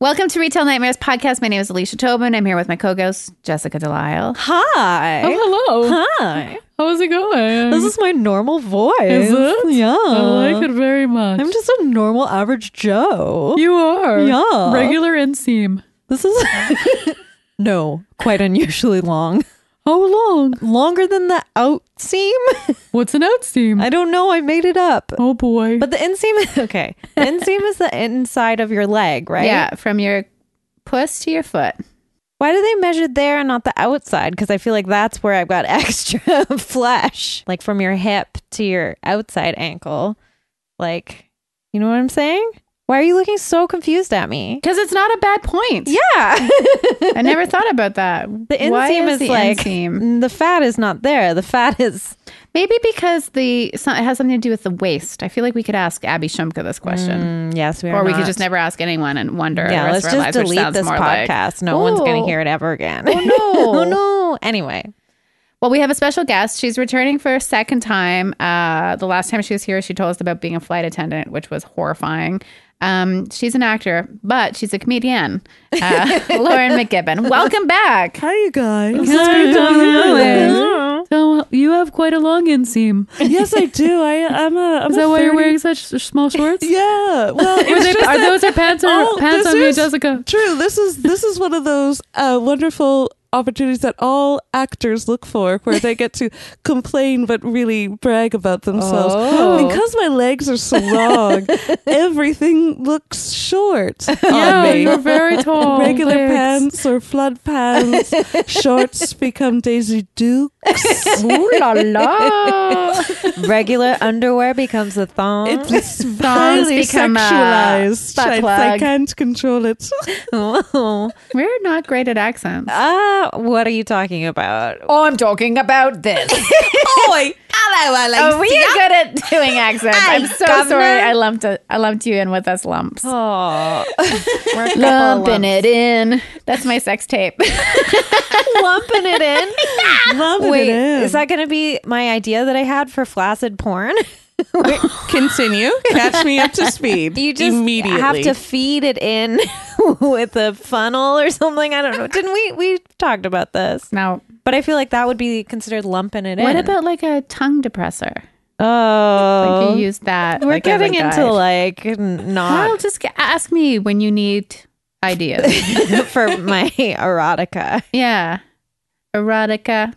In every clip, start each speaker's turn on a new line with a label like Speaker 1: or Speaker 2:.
Speaker 1: Welcome to Retail Nightmares podcast. My name is Alicia Tobin. I'm here with my co-ghost Jessica Delisle.
Speaker 2: Hi.
Speaker 3: Oh, hello.
Speaker 2: Hi.
Speaker 3: How's it going?
Speaker 2: This is my normal voice.
Speaker 3: Is it?
Speaker 2: Yeah.
Speaker 3: I like it very much.
Speaker 2: I'm just a normal average Joe.
Speaker 3: You are.
Speaker 2: Yeah.
Speaker 3: Regular inseam.
Speaker 2: This is no, quite unusually long.
Speaker 3: How long?
Speaker 2: Longer than the out seam.
Speaker 3: What's an outseam?
Speaker 2: I don't know. I made it up.
Speaker 3: oh boy.
Speaker 2: But the inseam. Okay, the inseam is the inside of your leg, right?
Speaker 1: Yeah, from your puss to your foot.
Speaker 2: Why do they measure there and not the outside? Because I feel like that's where I've got extra flesh, like from your hip to your outside ankle. Like, you know what I'm saying? Why are you looking so confused at me?
Speaker 1: Because it's not a bad point.
Speaker 2: Yeah.
Speaker 1: I never thought about that.
Speaker 2: The inseam is, like the fat is not there. The fat is
Speaker 1: maybe because the so- it has something to do with the waist. I feel like we could ask Abby Shumka this question,
Speaker 2: Mm, yes, we are
Speaker 1: or we
Speaker 2: not.
Speaker 1: could just never ask anyone and wonder. the
Speaker 2: Yeah,
Speaker 1: rest
Speaker 2: let's
Speaker 1: of our
Speaker 2: just
Speaker 1: lives, which
Speaker 2: delete
Speaker 1: sounds
Speaker 2: this
Speaker 1: more like-
Speaker 2: podcast. No one's gonna
Speaker 1: Oh.
Speaker 2: hear it ever again.
Speaker 1: Oh, no.
Speaker 2: oh no. Anyway,
Speaker 1: Well, we have a special guest. She's returning for a second time. Uh, the last time she was here, she told us about being a flight attendant, which was horrifying. Um, she's an actor, but she's a comedian. Uh, Lauren McGibbon, welcome back.
Speaker 2: hi you guys.
Speaker 3: Hi, darling. so you have quite a long inseam.
Speaker 4: yes, I do. I am a. I'm
Speaker 3: Is
Speaker 4: a
Speaker 3: that why you're
Speaker 4: 30
Speaker 3: wearing such small shorts?
Speaker 4: Yeah. Well,
Speaker 3: Were
Speaker 4: it's
Speaker 3: they,
Speaker 4: just
Speaker 3: are
Speaker 4: that-
Speaker 3: those your pants or
Speaker 4: Oh,
Speaker 3: pants
Speaker 4: this
Speaker 3: on you,
Speaker 4: is-
Speaker 3: Jessica?
Speaker 4: true? This is this is one of those uh, wonderful opportunities that all actors look for, where they get to complain but really brag about themselves.
Speaker 1: Oh.
Speaker 4: Because my legs are so long, everything looks short on
Speaker 3: yeah,
Speaker 4: me.
Speaker 3: you're very tall.
Speaker 4: Oh, Regular
Speaker 3: Thanks.
Speaker 4: pants or flood pants, shorts become Daisy Duke.
Speaker 1: Ooh la la.
Speaker 2: Regular underwear becomes a thong.
Speaker 4: It's
Speaker 1: Thongs
Speaker 4: highly
Speaker 1: become a
Speaker 4: sexualized.
Speaker 1: butt
Speaker 4: I, I
Speaker 1: plug.
Speaker 4: can't control it.
Speaker 2: Oh.
Speaker 1: We're not great at accents.
Speaker 2: Ah, what are you talking about?
Speaker 1: Oh, I'm talking about this.
Speaker 4: Oi, hello, Alex.
Speaker 1: Oh, we are good at doing accents. I'm so
Speaker 2: governor.
Speaker 1: sorry. I lumped it. I lumped you in with us lumps.
Speaker 2: Oh,
Speaker 1: Lumping it in. That's my sex tape.
Speaker 2: lumping it in.
Speaker 4: Loving
Speaker 2: Wait,
Speaker 4: it in.
Speaker 2: is that going to be my idea that I had for flaccid porn?
Speaker 4: continue? Catch me up to speed.
Speaker 2: You just
Speaker 4: immediately
Speaker 2: have to feed it in with a funnel or something. I don't know. Didn't we? We talked about this,
Speaker 1: now,
Speaker 2: but I feel like that would be considered lumping it in.
Speaker 1: what about like a tongue depressor?
Speaker 2: Oh,
Speaker 1: Like you use that.
Speaker 2: we're
Speaker 1: like, as a
Speaker 2: getting into
Speaker 1: guide.
Speaker 2: like n-
Speaker 1: Well,
Speaker 2: not
Speaker 1: just g- ask me when you need ideas.
Speaker 2: for my erotica.
Speaker 1: yeah, erotica,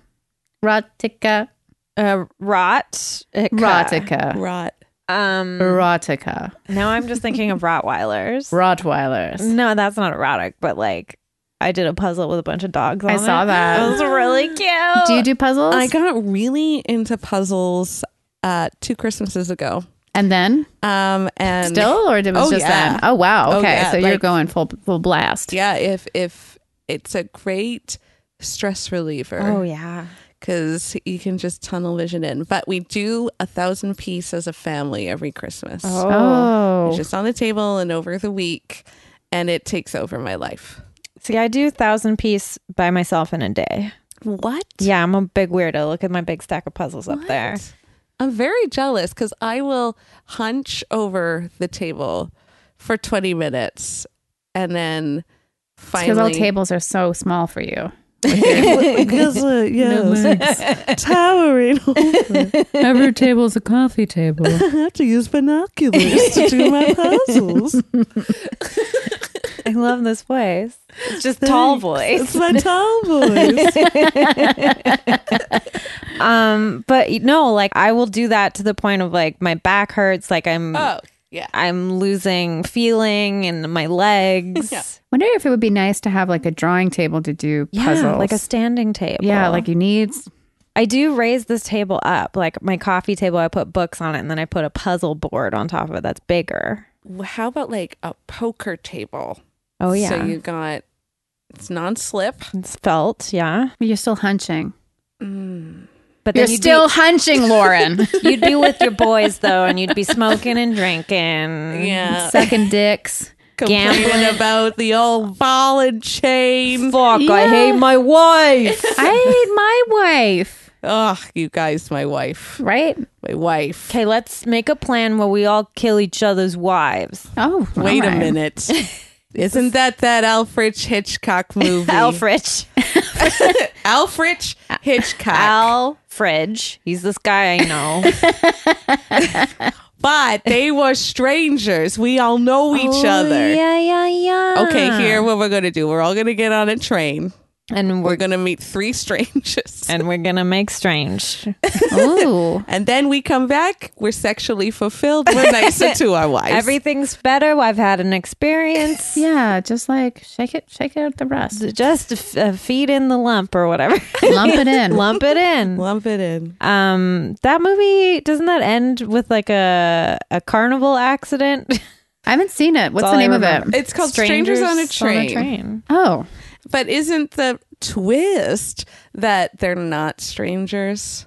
Speaker 1: erotica,
Speaker 2: Uh, rot. uh,
Speaker 1: erotica,
Speaker 4: rot.
Speaker 2: Um.
Speaker 1: erotica,
Speaker 2: Now I'm just thinking of Rottweilers.
Speaker 1: Rottweilers.
Speaker 2: No, that's not erotic, but like I did a puzzle with a bunch of dogs. On
Speaker 1: I saw
Speaker 2: it.
Speaker 1: that.
Speaker 2: It was really cute.
Speaker 1: Do you do puzzles?
Speaker 4: I got really into puzzles uh, two Christmases ago.
Speaker 1: and then
Speaker 4: Um, and
Speaker 1: still, or did it was
Speaker 4: Oh,
Speaker 1: just
Speaker 4: yeah.
Speaker 1: then? Oh wow.
Speaker 4: Oh,
Speaker 1: Okay,
Speaker 4: yeah,
Speaker 1: so you're
Speaker 4: like-
Speaker 1: going full full blast.
Speaker 4: yeah, if if it's a great stress reliever.
Speaker 2: Oh yeah.
Speaker 4: because you can just tunnel vision in. But we do a thousand piece as a family every Christmas.
Speaker 1: Oh,
Speaker 4: It's just on the table and over the week, and it takes over my life.
Speaker 2: See, I do thousand piece by myself in a day.
Speaker 4: What?
Speaker 2: Yeah, I'm a big weirdo. Look at my big stack of puzzles up there.
Speaker 4: I'm very jealous because I will hunch over the table for 20 minutes and then
Speaker 1: because
Speaker 4: finally.
Speaker 1: all tables are so small for you.
Speaker 4: because, uh,
Speaker 3: No
Speaker 4: yes,
Speaker 3: legs.
Speaker 4: towering.
Speaker 3: Every table's a coffee table.
Speaker 4: I have to use binoculars to do my puzzles.
Speaker 2: I love this voice. It's just tall voice.
Speaker 4: It's my tall voice.
Speaker 2: Um, but no, like I will do that to the point of like my back hurts, like I'm
Speaker 4: oh, yeah.
Speaker 2: I'm losing feeling in my legs.
Speaker 4: Yeah.
Speaker 1: Wonder if it would be nice to have like a drawing table to do
Speaker 2: Yeah,
Speaker 1: puzzles,
Speaker 2: like a standing table.
Speaker 1: yeah, like you need
Speaker 2: I do raise this table up, like my coffee table. I put books on it, and then I put a puzzle board on top of it that's bigger.
Speaker 4: How about like a poker table?
Speaker 2: Oh yeah,
Speaker 4: So you got it's non-slip.
Speaker 2: it's felt, yeah.
Speaker 1: You're still hunching.
Speaker 2: But
Speaker 1: You're
Speaker 2: then you'd
Speaker 1: still hunching, Lauren.
Speaker 2: be, you'd be with your boys though, and you'd be smoking and drinking.
Speaker 4: Yeah.
Speaker 1: Sucking dicks.
Speaker 4: Complaining about the old ball and chain.
Speaker 2: Fuck, I
Speaker 1: Yeah.
Speaker 2: hate my wife.
Speaker 1: I hate my wife,
Speaker 4: Ugh, you guys, my wife.
Speaker 1: right?
Speaker 4: My wife.
Speaker 2: Okay, let's make a plan where we all kill each other's wives.
Speaker 1: Oh,
Speaker 4: Wait
Speaker 1: all right.
Speaker 4: a minute. Isn't that that Alfred Hitchcock movie?
Speaker 2: Alfred.
Speaker 4: Alfred Hitchcock.
Speaker 2: Alfred. He's this guy I know.
Speaker 4: but they were strangers. We all know each
Speaker 2: Oh,
Speaker 4: other.
Speaker 2: Yeah, yeah, yeah.
Speaker 4: Okay, here what we're gonna do. We're all gonna get on a train.
Speaker 2: And
Speaker 4: We're
Speaker 2: we're
Speaker 4: gonna meet three strangers.
Speaker 2: and we're gonna make strange.
Speaker 1: Ooh.
Speaker 4: And then we come back, we're sexually fulfilled, we're nicer to our wives.
Speaker 2: Everything's better. I've had an experience.
Speaker 1: Yeah, just like shake it, shake out the rest.
Speaker 2: Just f- uh, feed in the lump or whatever.
Speaker 1: Lump it in.
Speaker 2: lump it in.
Speaker 4: lump it in.
Speaker 2: Um, that movie doesn't that end with like a a carnival accident?
Speaker 1: I haven't seen it. What's
Speaker 2: all
Speaker 1: the
Speaker 2: I
Speaker 1: name of
Speaker 2: remember.
Speaker 1: it?
Speaker 4: It's called Strangers, on, a train.
Speaker 2: train.
Speaker 1: Oh,
Speaker 4: But isn't the twist that they're not strangers?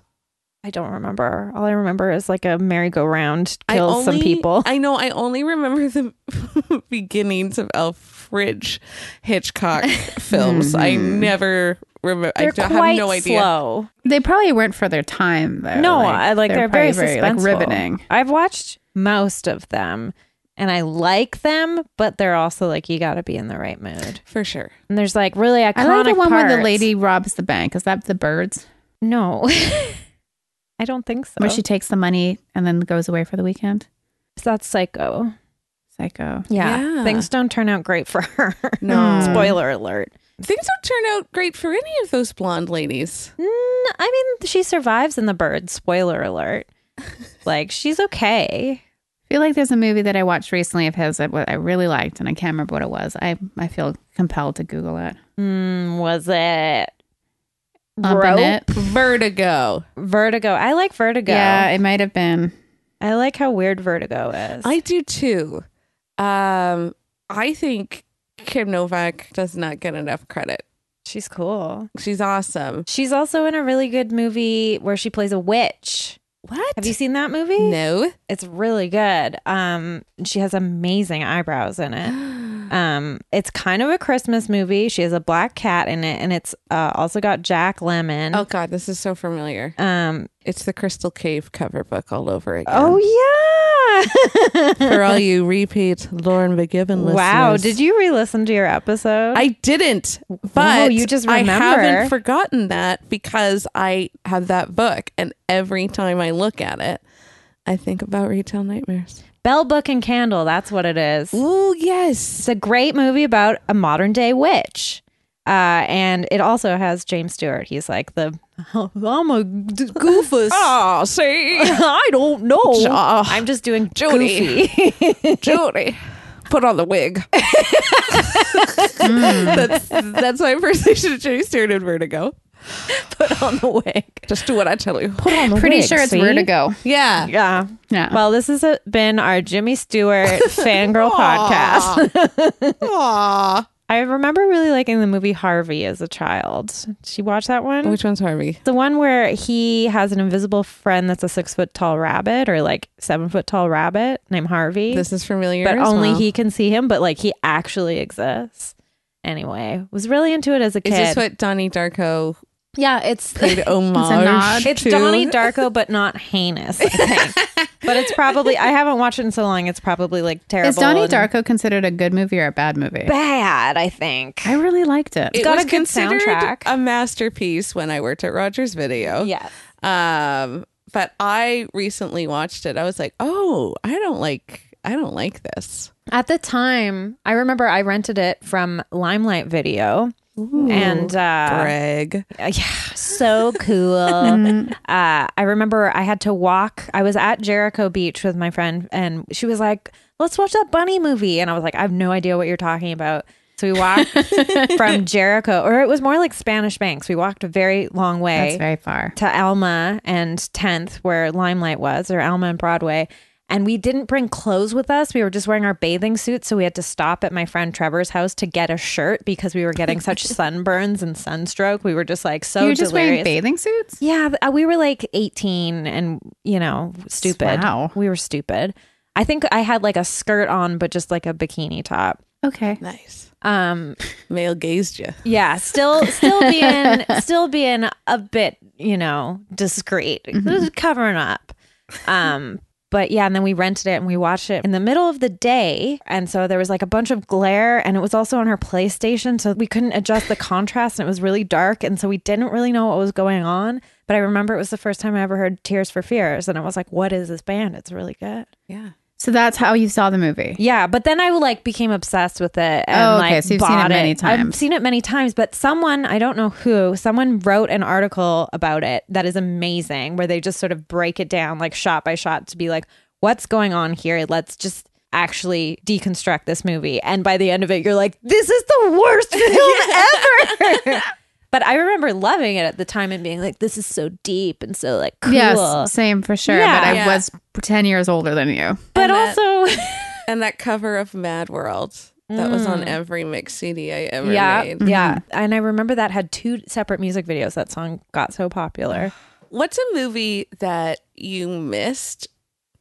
Speaker 2: I don't remember. All I remember is like a merry-go-round
Speaker 4: I
Speaker 2: kills some
Speaker 4: only-
Speaker 2: people.
Speaker 4: I know. I only remember the beginnings of Alfred Hitchcock films. I never remember. I
Speaker 2: Hmm. They're
Speaker 4: don't-
Speaker 2: quite
Speaker 4: have no idea.
Speaker 2: slow.
Speaker 1: they probably weren't for their time though.
Speaker 2: No, I like they're, very,
Speaker 1: probably
Speaker 2: suspenseful.
Speaker 1: like riveting.
Speaker 2: I've watched most of them, and I like them, but they're also like you got to be in the right mood.
Speaker 4: For sure.
Speaker 2: And there's like really iconic.
Speaker 1: I like the one where the
Speaker 2: parts.
Speaker 1: lady robs the bank. Is that the birds?
Speaker 2: No, I don't think so.
Speaker 1: Where she takes the money and then goes away for the weekend?
Speaker 2: That's psycho.
Speaker 1: Psycho.
Speaker 2: Yeah.
Speaker 4: Yeah.
Speaker 2: things don't turn out great for her.
Speaker 4: No.
Speaker 2: Spoiler
Speaker 1: Mm.
Speaker 2: alert.
Speaker 4: Things don't turn out great for any of those blonde ladies.
Speaker 2: Mm, I mean, she survives in the bird. Spoiler alert. Like she's okay.
Speaker 1: I feel like there's a movie that I watched recently of his that what I really liked and I can't remember what it was. I I feel compelled to Google it.
Speaker 2: Mm, was it
Speaker 1: Bump in
Speaker 2: rope?
Speaker 1: it.
Speaker 4: Vertigo.
Speaker 2: Vertigo? I like Vertigo.
Speaker 1: Yeah, it might have been.
Speaker 2: I like how weird Vertigo is.
Speaker 4: I do too. Um, I think Kim Novak does not get enough credit.
Speaker 2: She's cool.
Speaker 4: She's awesome.
Speaker 2: She's also in a really good movie where she plays a witch.
Speaker 4: What?
Speaker 2: Have you seen that movie?
Speaker 4: no.
Speaker 2: It's really good. Um, she has amazing eyebrows in it. Um, it's kind of a Christmas movie. She has a black cat in it, and it's uh, also got Jack Lemon.
Speaker 4: Oh God, this is so familiar.
Speaker 2: Um,
Speaker 4: It's the Crystal Cave cover book all over again.
Speaker 2: oh yeah.
Speaker 4: for all you repeat Lauren McGibbon listeners.
Speaker 2: wow, did you re-listen to your episode?
Speaker 4: I didn't, but
Speaker 2: Whoa, you just
Speaker 4: I
Speaker 2: remember.
Speaker 4: haven't forgotten that because I have that book, and every time I look at it, I think about retail nightmares.
Speaker 2: Bell Book and Candle, that's what it is.
Speaker 4: Oh yes,
Speaker 2: It's a great movie about a modern day witch. Uh, and it also has James Stewart. He's like the I'm a d- goofus.
Speaker 4: oh see,
Speaker 2: I don't know.
Speaker 4: Ja-
Speaker 2: I'm just doing
Speaker 4: Jody.
Speaker 2: goofy.
Speaker 4: Jody, put on the wig. Hmm. that's that's my impersonation of Jody Stewart in Vertigo.
Speaker 2: Put on the wig.
Speaker 4: Just do what I tell you.
Speaker 2: Put on the
Speaker 1: Pretty
Speaker 2: wig,
Speaker 1: sure it's
Speaker 2: see?
Speaker 1: Vertigo.
Speaker 4: Yeah.
Speaker 2: Yeah.
Speaker 1: Yeah.
Speaker 2: Well, this has uh, been our Jimmy Stewart fangirl podcast.
Speaker 4: Aww.
Speaker 2: I remember really liking the movie Harvey as a child. Did you watch that one?
Speaker 4: Which one's Harvey?
Speaker 2: The one where he has an invisible friend that's a six foot tall rabbit or like seven foot tall rabbit named Harvey.
Speaker 4: This is familiar.
Speaker 2: but
Speaker 4: as
Speaker 2: only
Speaker 4: well.
Speaker 2: he can see him, but like he actually exists. Anyway, was really into it as a kid.
Speaker 4: Is this what Donnie Darko
Speaker 2: yeah, it's
Speaker 4: paid homage
Speaker 1: nod.
Speaker 2: it's
Speaker 4: to?
Speaker 2: Donnie Darko, but not heinous. I think. but it's probably I haven't watched it in so long. It's probably like terrible.
Speaker 1: Is Donnie
Speaker 2: and
Speaker 1: Darko considered a good movie or a bad movie?
Speaker 2: bad? I think.
Speaker 1: I really liked it.
Speaker 4: It
Speaker 2: got
Speaker 4: was
Speaker 2: a good
Speaker 4: considered
Speaker 2: soundtrack.
Speaker 4: A masterpiece when I worked at Rogers Video.
Speaker 2: yeah.
Speaker 4: Um, but I recently watched it. I was like, oh, I don't like, I don't like this.
Speaker 2: At the time, I remember I rented it from Limelight Video. and uh,
Speaker 4: Greg.
Speaker 2: yeah, so cool. uh, I remember I had to walk. I was at Jericho Beach with my friend, and she was like, "Let's watch that bunny movie," and I was like, "I have no idea what you're talking about." So we walked from Jericho, or it was more like Spanish Banks. We walked a very long way
Speaker 1: That's very far.
Speaker 2: to Alma and 10th, where Limelight was, or Alma and Broadway. And we didn't bring clothes with us. We were just wearing our bathing suits. So we had to stop at my friend Trevor's house to get a shirt because we were getting such sunburns and sunstroke. We were just like so
Speaker 1: you were just wearing
Speaker 2: delirious.
Speaker 1: bathing suits?
Speaker 2: yeah, th- uh, we were like 18 and, you know, stupid.
Speaker 1: Wow.
Speaker 2: We were stupid. I think I had like a skirt on, but just like a bikini top.
Speaker 1: Okay.
Speaker 4: Nice.
Speaker 2: Um,
Speaker 4: Male gazed you.
Speaker 2: yeah, still still being still being a bit, you know, discreet. Just covering up. Um, But yeah, and then we rented it and we watched it in the middle of the day. And so there was like a bunch of glare and it was also on her PlayStation. So we couldn't adjust the contrast and it was really dark. And so we didn't really know what was going on. But I remember it was the first time I ever heard Tears for Fears. And I was like, what is this band? It's really good.
Speaker 4: Yeah.
Speaker 1: So that's how you saw the movie.
Speaker 2: Yeah, but then I like became obsessed with it. And,
Speaker 1: Oh, okay.
Speaker 2: Like,
Speaker 1: So you've seen
Speaker 2: bought
Speaker 1: it many
Speaker 2: I've
Speaker 1: times.
Speaker 2: seen it many times, but someone I don't know who someone wrote an article about it that is amazing, where they just sort of break it down like shot by shot to be like, what's going on here? Let's just actually deconstruct this movie. And by the end of it, you're like, this is the worst film ever. But I remember loving it at the time and being like, this is so deep and so like cool.
Speaker 1: Yes, same for sure.
Speaker 2: Yeah.
Speaker 1: but I
Speaker 4: Yeah.
Speaker 1: was 10 years older than you.
Speaker 2: But
Speaker 4: And that-
Speaker 2: also,
Speaker 4: And that cover of Mad World that was
Speaker 2: Mm.
Speaker 4: on every mix CD I ever
Speaker 2: yeah, mm-hmm.
Speaker 4: made.
Speaker 2: yeah. And I remember that had two separate music videos. That song got so popular.
Speaker 4: What's a movie that you missed,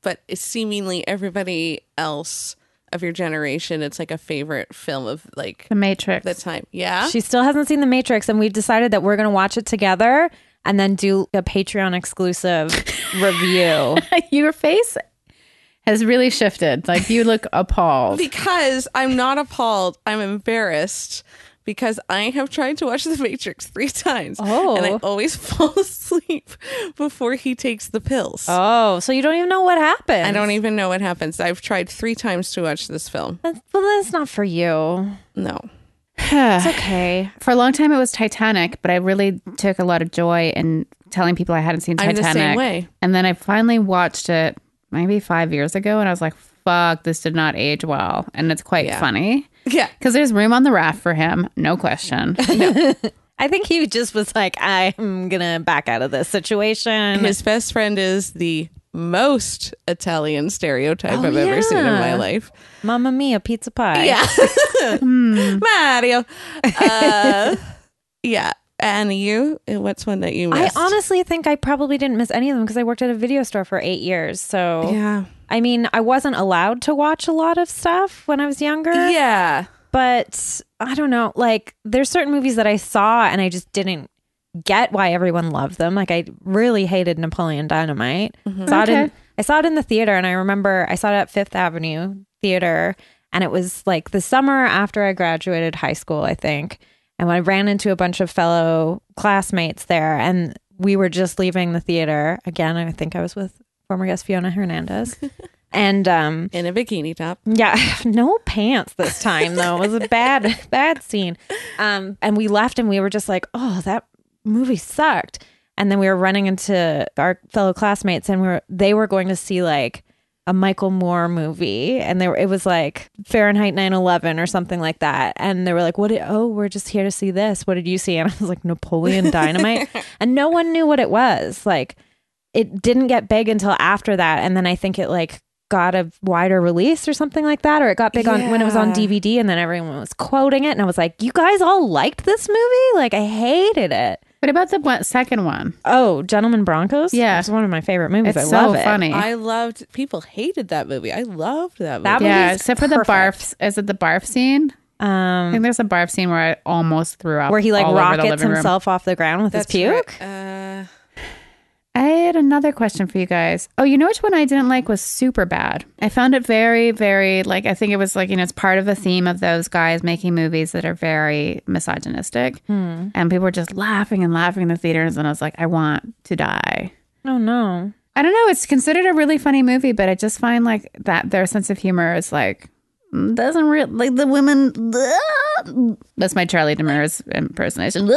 Speaker 4: but it's seemingly everybody else of your generation, it's like a favorite film of like
Speaker 1: The Matrix.
Speaker 4: the time? Yeah.
Speaker 2: She still hasn't seen The Matrix, and we've decided that we're going to watch it together and then do a Patreon exclusive review.
Speaker 1: Your face has really shifted. Like you look appalled.
Speaker 4: because I'm not appalled. I'm embarrassed because I have tried to watch The Matrix three times.
Speaker 2: Oh.
Speaker 4: And I always fall asleep before he takes the pills.
Speaker 2: Oh, so you don't even know what happened?
Speaker 4: I don't even know what happens. I've tried three times to watch this film.
Speaker 2: That's, well, that's not for you.
Speaker 4: No.
Speaker 2: It's okay.
Speaker 1: For a long time, it was Titanic, but I really took a lot of joy in telling people I hadn't seen
Speaker 4: I'm the
Speaker 1: Titanic.
Speaker 4: same way.
Speaker 1: And then I finally watched it maybe five years ago, and I was like, "Fuck, this did not age well." And it's quite funny
Speaker 4: Yeah.
Speaker 1: because there's room on the raft for him, no question.
Speaker 2: I think he just was like, I'm gonna back out of this situation.
Speaker 4: His best friend is the most Italian stereotype I've ever seen in my
Speaker 2: Oh, yeah.
Speaker 4: life.
Speaker 2: Mamma mia, pizza pie.
Speaker 4: Yeah. Mario. Uh, yeah. And you, what's one that you
Speaker 2: I
Speaker 4: missed?
Speaker 2: honestly think I probably didn't miss any of them because I worked at a video store for eight years. So
Speaker 4: Yeah.
Speaker 2: I mean, I wasn't allowed to watch a lot of stuff when I was younger.
Speaker 4: Yeah.
Speaker 2: But I don't know. Like, there's certain movies that I saw and I just didn't get why everyone loved them. Like, I really hated Napoleon Dynamite. Saw it in,
Speaker 1: Okay.
Speaker 2: I saw it in the theater, and I remember I saw it at Fifth Avenue Theater, and it was like the summer after I graduated high school, I think. And I ran into a bunch of fellow classmates there, and we were just leaving the theater again. I think I was with former guest Fiona Hernandez, and um,
Speaker 4: In a bikini top.
Speaker 2: yeah, no pants this time though. It was a bad, bad scene. Um, and we left and we were just like, oh, that movie sucked. And then we were running into our fellow classmates and we were they were going to see like a Michael Moore movie and they were it was like Fahrenheit 9/11 or something like that and they were like what did, oh we're just here to see this what did you see and I was like Napoleon Dynamite and no one knew what it was like it didn't get big until after that and then i think it like got a wider release or something like that or it got big on when it was on
Speaker 4: Yeah.
Speaker 2: dvd and then everyone was quoting it and i was like you guys all liked this movie like i hated it
Speaker 1: what about the one, second one?
Speaker 2: oh gentlemen broncos
Speaker 1: Yeah.
Speaker 2: it's one of my favorite movies
Speaker 1: It's
Speaker 2: i
Speaker 1: so
Speaker 2: love it
Speaker 1: funny.
Speaker 4: I loved people hated that movie. I loved that movie.
Speaker 2: That movie-
Speaker 1: yeah,
Speaker 2: movie's
Speaker 1: except for the
Speaker 2: perfect.
Speaker 1: barfs. Is it the barf scene? I
Speaker 2: um
Speaker 1: think there's a barf scene where I almost threw up.
Speaker 2: where he like
Speaker 1: all over the
Speaker 2: rockets
Speaker 1: living room.
Speaker 2: himself off the ground with
Speaker 4: That's
Speaker 2: his puke
Speaker 4: right. Uh,
Speaker 1: I had another question for you guys. Oh, you know which one I didn't like was super bad. I found it very, very like I think it was like you know it's part of the theme of those guys making movies that are very misogynistic, and people were just laughing and laughing in the theaters, and I was like, I want to die.
Speaker 2: oh no
Speaker 1: I don't know. It's considered a really funny movie, but I just find like that their sense of humor is like mm, doesn't really like the women. That's my Charlie Demers impersonation. and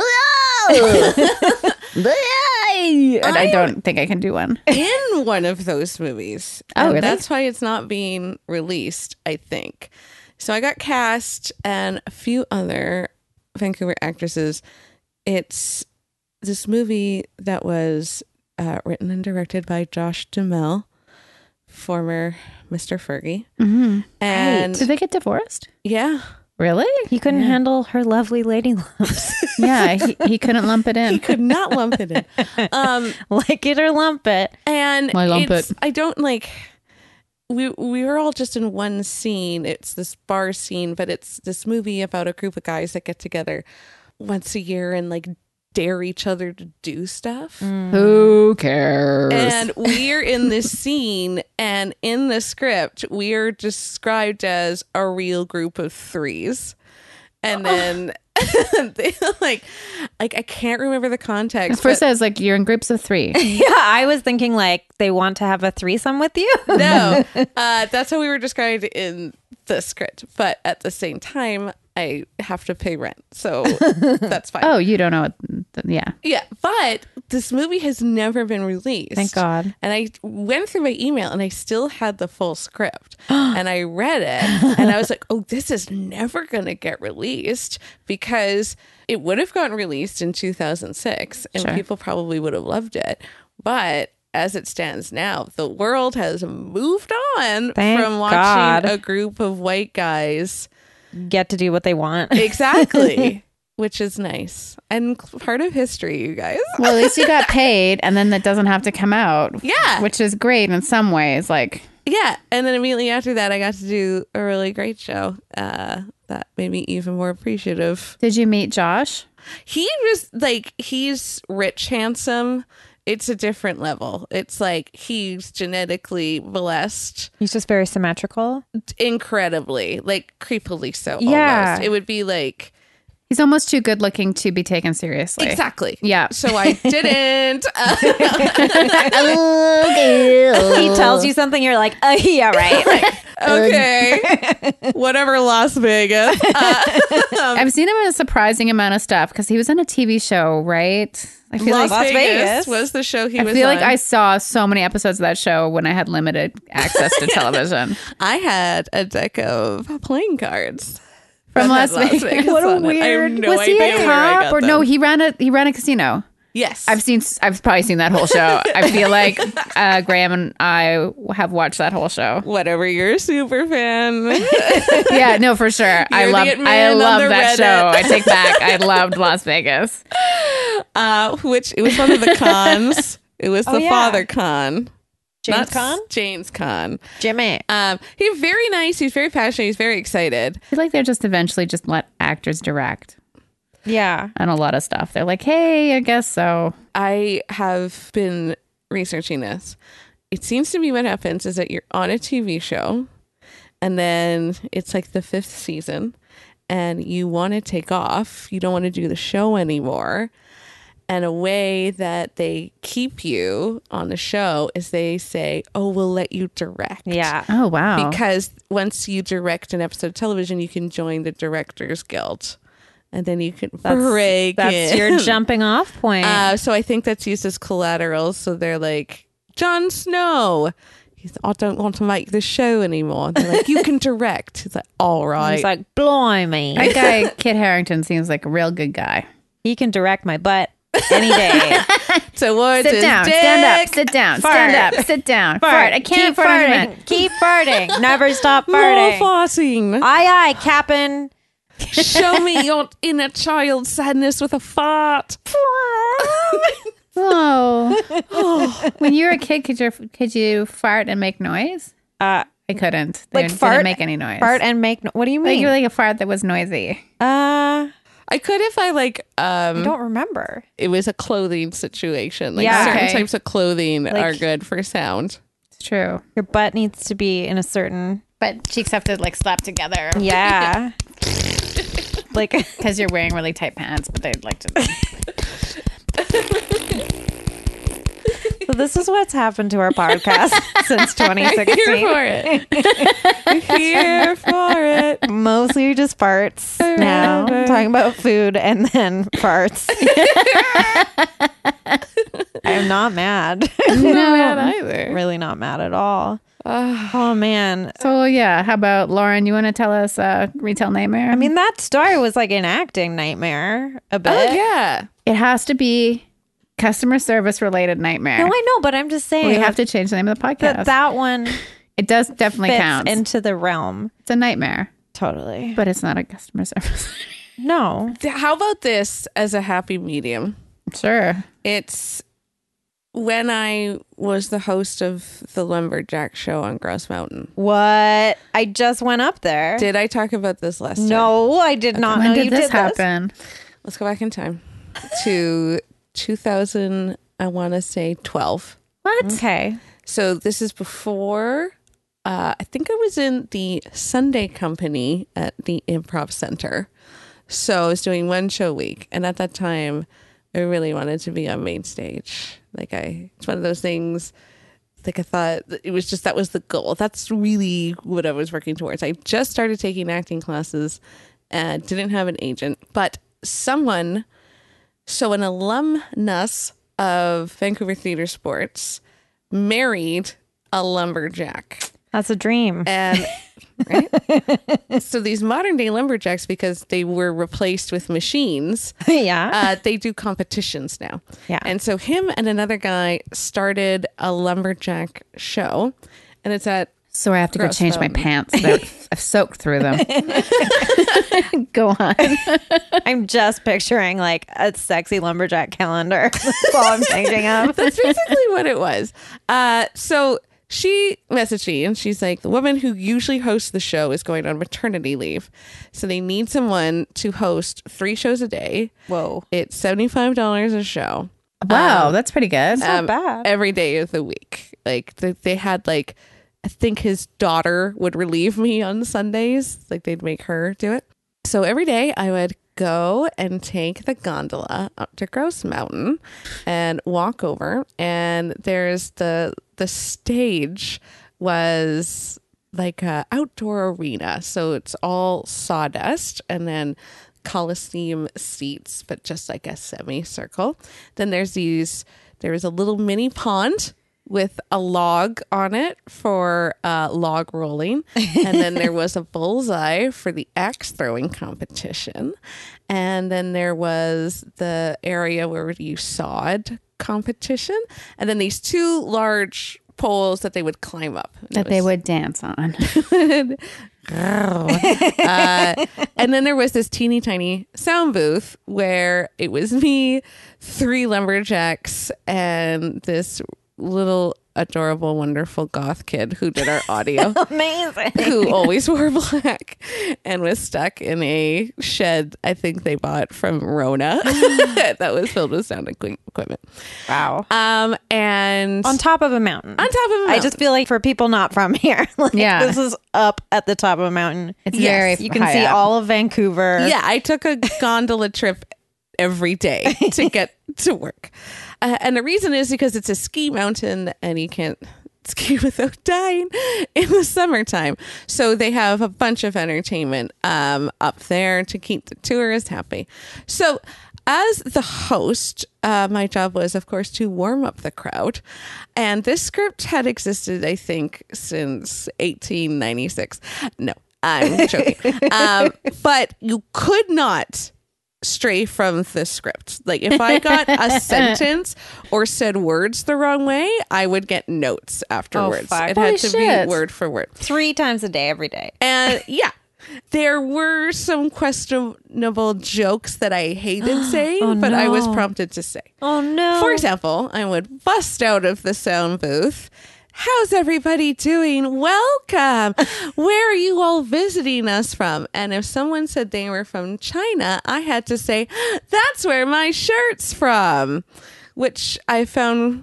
Speaker 1: I don't think I can do one.
Speaker 4: in one of those movies.
Speaker 1: Oh,
Speaker 4: And
Speaker 1: really?
Speaker 4: That's why it's not being released, I think. So I got cast and a few other Vancouver actresses. It's this movie that was uh, written and directed by Josh Duhamel, former Mr. Fergie.
Speaker 1: Mm-hmm.
Speaker 4: And
Speaker 1: Did they get divorced?
Speaker 4: yeah,
Speaker 1: Really?
Speaker 2: he couldn't handle her lovely lady lumps
Speaker 1: Yeah, he, he couldn't lump it in.
Speaker 4: could not lump it in. Um,
Speaker 2: like it or lump it
Speaker 4: and
Speaker 1: My lump
Speaker 4: it's-
Speaker 1: it.
Speaker 4: I don't like. We we were all just in one scene. It's this bar scene, but it's this movie about a group of guys that get together once a year and like dare each other to do stuff.
Speaker 1: Mm. Who cares?
Speaker 4: And we're in this scene, and in the script, we are described as a real group of threes. And then they like, like I can't remember the context.
Speaker 1: First
Speaker 4: but
Speaker 1: says like you're in groups of three.
Speaker 2: Yeah, I was thinking like they want to have a threesome with you.
Speaker 4: no, uh, that's how we were described in the script. But at the same time, I have to pay rent, so that's fine.
Speaker 1: Oh, you don't know what? th- Yeah.
Speaker 4: Yeah, but this movie has never been released.
Speaker 2: Thank God.
Speaker 4: And I went through my email and I still had the full script. and I read it and I was like, oh, this is never going to get released because it would have gotten released in 2006 and people probably would have loved it. But as it stands now, the world has moved on
Speaker 2: Thank
Speaker 4: from watching
Speaker 2: God.
Speaker 4: a group of white guys.
Speaker 2: Get to do what they want.
Speaker 4: Exactly. Which is nice and part of history, you guys.
Speaker 1: Well, at least you got paid, and then that doesn't have to come out.
Speaker 4: Yeah.
Speaker 1: Which is great in some ways. Like
Speaker 4: Yeah, and then immediately after that, I got to do a really great show. Uh, that made me even more appreciative.
Speaker 1: Did you meet Josh?
Speaker 4: He was like, he's rich, handsome. It's a different level. It's like he's genetically blessed,
Speaker 2: He's just very symmetrical.
Speaker 4: incredibly, like creepily so.
Speaker 2: Yeah.
Speaker 4: almost. it would be like
Speaker 1: He's almost too good looking to be taken seriously.
Speaker 4: exactly.
Speaker 1: Yeah.
Speaker 4: So I didn't. Uh,
Speaker 2: He tells you something, you're like, oh, yeah, right.
Speaker 4: okay, whatever, Las Vegas.
Speaker 1: I've seen him in a surprising amount of stuff because he was on a TV show, right? I feel
Speaker 4: Las,
Speaker 1: like
Speaker 2: Las
Speaker 4: Vegas,
Speaker 2: Vegas.
Speaker 4: was the show he
Speaker 1: I
Speaker 4: was.
Speaker 1: feel like
Speaker 4: on.
Speaker 1: I saw so many episodes of that show when I had limited access to television
Speaker 4: I had a deck of playing cards.
Speaker 1: from
Speaker 4: That
Speaker 1: Las
Speaker 4: had
Speaker 1: Vegas.
Speaker 4: What a weird. I have no
Speaker 1: was he
Speaker 4: idea
Speaker 1: a
Speaker 4: where I
Speaker 1: cop
Speaker 4: got
Speaker 1: or no?
Speaker 4: them.
Speaker 1: He ran a he ran a casino.
Speaker 4: Yes,
Speaker 1: I've seen I've probably seen that whole show. I feel like uh, Graham and I have watched that whole show.
Speaker 4: whatever. You're a super fan.
Speaker 1: Yeah, no, for sure. I
Speaker 4: You're the
Speaker 1: love
Speaker 4: it
Speaker 1: I
Speaker 4: man on
Speaker 1: love
Speaker 4: the
Speaker 1: that show. I
Speaker 4: Reddit.
Speaker 1: take back. I loved Las Vegas.
Speaker 4: uh, which it was one of the cons. It was the
Speaker 2: yeah.
Speaker 4: father con,
Speaker 2: James
Speaker 4: not
Speaker 2: Caan?
Speaker 4: James con.
Speaker 2: Jimmy.
Speaker 4: Um, he's very nice. He's very passionate. He's very excited.
Speaker 1: I feel like they're just eventually just let actors direct
Speaker 2: Yeah.
Speaker 1: on a lot of stuff. They're like, hey, I guess so.
Speaker 4: I have been researching this. It seems to me what happens is that you're on a TV show and then it's like the fifth season and you want to take off. You don't want to do the show anymore. And a way that they keep you on the show is they say, Oh, we'll let you direct.
Speaker 2: Yeah.
Speaker 1: Oh wow.
Speaker 4: Because once you direct an episode of television, you can join the Directors Guild. And then you can break
Speaker 2: That's
Speaker 4: in.
Speaker 2: your jumping off point.
Speaker 4: Uh, so I think that's used as collateral. So they're like, Jon Snow. He's, I don't want to make this show anymore. And They're like, you can direct. He's like, all right.
Speaker 2: He's like, blimey.
Speaker 1: that guy Kit Harrington seems like a real good guy.
Speaker 2: he can direct my butt any day.
Speaker 4: Towards
Speaker 1: Sit
Speaker 4: his
Speaker 1: down,
Speaker 4: dick.
Speaker 1: stand up, sit down, stand
Speaker 2: Fart.
Speaker 1: up, sit down. Fart. I can't
Speaker 2: Keep
Speaker 1: fart. on
Speaker 2: farting.
Speaker 1: command.
Speaker 2: Keep farting. Never stop
Speaker 4: More
Speaker 2: farting.
Speaker 4: farting.
Speaker 2: aye, aye, Captain.
Speaker 4: Show me your inner child sadness with a fart.
Speaker 1: Oh. when you were a kid, could you could you fart and make noise?
Speaker 2: Uh,
Speaker 1: I couldn't. They
Speaker 2: like
Speaker 1: didn't
Speaker 2: fart.
Speaker 1: make any noise.
Speaker 2: Fart and make. No- what do you
Speaker 1: like
Speaker 2: mean?
Speaker 1: you like a fart that was noisy.
Speaker 2: uh,
Speaker 4: I could if I like
Speaker 2: I
Speaker 4: um
Speaker 2: don't remember.
Speaker 4: it was a clothing situation. Like
Speaker 2: Yeah.
Speaker 4: certain
Speaker 1: Okay.
Speaker 4: types of clothing are
Speaker 2: Like-
Speaker 4: good for sound.
Speaker 1: It's true.
Speaker 2: Your butt needs to be in a certain.
Speaker 1: But cheeks have to like slap together
Speaker 2: Yeah. like.
Speaker 1: because you're wearing really tight pants, but they'd like to.
Speaker 2: So this is what's happened to our podcast since 2016.
Speaker 4: it. Here for it.
Speaker 2: Mostly just farts now. Talking about food and then farts. I'm not mad.
Speaker 4: Not either.
Speaker 2: really not mad at all. oh man.
Speaker 1: So yeah, how about Lauren? You want to tell us uh, retail nightmare?
Speaker 2: I mean that story was like an acting nightmare a bit.
Speaker 4: Oh yeah.
Speaker 1: it has to be customer service related nightmare.
Speaker 2: No, I know, but I'm just saying
Speaker 1: we have to change the name of the podcast.
Speaker 2: that that one fits
Speaker 1: it does definitely count.
Speaker 2: into the realm.
Speaker 1: it's a nightmare,
Speaker 2: Totally.
Speaker 1: but it's not a customer service.
Speaker 2: No.
Speaker 4: Th- How about this as a happy medium?
Speaker 1: sure.
Speaker 4: It's when I was the host of the Lumberjack show on Gross Mountain.
Speaker 2: What? I just went up there.
Speaker 4: Did I talk about this last time?
Speaker 2: no, I did not
Speaker 1: when
Speaker 4: Uh,
Speaker 2: know
Speaker 1: did
Speaker 2: you
Speaker 1: this
Speaker 2: did this.
Speaker 1: happen?
Speaker 4: Let's go back in time. to 2000, I want to say 12.
Speaker 2: What? Okay.
Speaker 4: So this is before. Uh, I think I was in the Sunday company at the Improv Center. So I was doing one show a week, and at that time, I really wanted to be on main stage. Like I, it's one of those things. Like I thought that it was just that was the goal. That's really what I was working towards. I just started taking acting classes, and didn't have an agent, but someone so an alumnus of Vancouver Theater Sports married a lumberjack.
Speaker 2: That's a dream.
Speaker 4: And right? so these modern day lumberjacks, because they were replaced with machines,
Speaker 2: yeah.
Speaker 4: uh, they do competitions now.
Speaker 2: Yeah.
Speaker 4: And so him and another guy started a lumberjack show. And it's at
Speaker 1: Sorry, I have to
Speaker 4: Gross,
Speaker 1: go change my
Speaker 4: though.
Speaker 1: pants. They're- I've soaked through them. go on.
Speaker 2: I'm just picturing like a sexy lumberjack calendar. That's all I'm thinking of.
Speaker 4: That's basically what it was. Uh, so she messaged me and she's like, the woman who usually hosts the show is going on maternity leave. So they need someone to host three shows a day.
Speaker 2: Whoa.
Speaker 4: It's $75 a show Um,
Speaker 1: Wow, that's pretty good.
Speaker 4: uh,
Speaker 2: Not bad.
Speaker 4: every day of the week. Like they, they had like, I think his daughter would relieve me on Sundays. Like they'd make her do it. So every day I would go and take the gondola up to Gross Mountain and walk over and there's the the stage was like a outdoor arena. So it's all sawdust and then coliseum seats, but just like a semicircle. Then there's these there was a little mini pond with a log on it for uh, log rolling. And then there was a bullseye for the axe throwing competition. And then there was the area where you sawed competition. And then these two large poles that they would climb up. And
Speaker 1: that
Speaker 4: it
Speaker 1: they
Speaker 4: was-
Speaker 1: would dance on.
Speaker 4: uh, and then there was this teeny tiny sound booth where it was me, three lumberjacks, and this little adorable, wonderful goth kid who did our audio,
Speaker 2: Amazing.
Speaker 4: who always wore black and was stuck in a shed I think they bought from Rona that was filled with sound equi- equipment.
Speaker 2: Wow.
Speaker 4: Um, and
Speaker 2: On top of a mountain.
Speaker 4: on top of
Speaker 2: I just feel like for people not from here, like
Speaker 1: Yeah.
Speaker 2: this is up at the top of a mountain.
Speaker 1: It's very
Speaker 2: you can
Speaker 1: high
Speaker 2: see
Speaker 1: up.
Speaker 2: all of Vancouver.
Speaker 4: Yeah, I took a gondola trip every day to get to work. Uh, and the reason is because it's a ski mountain and you can't ski without dying in the summertime. So they have a bunch of entertainment um, up there to keep the tourists happy. So as the host, uh, my job was, of course, to warm up the crowd. And this script had existed, I think, since 1896. No, I'm joking. um, but you could not stray from the script. Like if I got a sentence or said words the wrong way, I would get notes afterwards.
Speaker 2: fuck.
Speaker 4: it
Speaker 1: Oh, Holy
Speaker 4: had to
Speaker 1: shit.
Speaker 4: be word for word.
Speaker 2: Three times a day, every day.
Speaker 4: And yeah, there were some questionable jokes that I hated saying,
Speaker 1: Oh,
Speaker 4: but I was prompted to say.
Speaker 2: Oh no.
Speaker 4: For example, I would bust out of the sound booth. How's everybody doing? Welcome. Where are you all visiting us from? And if someone said they were from China, I had to say, that's where my shirt's from, which I found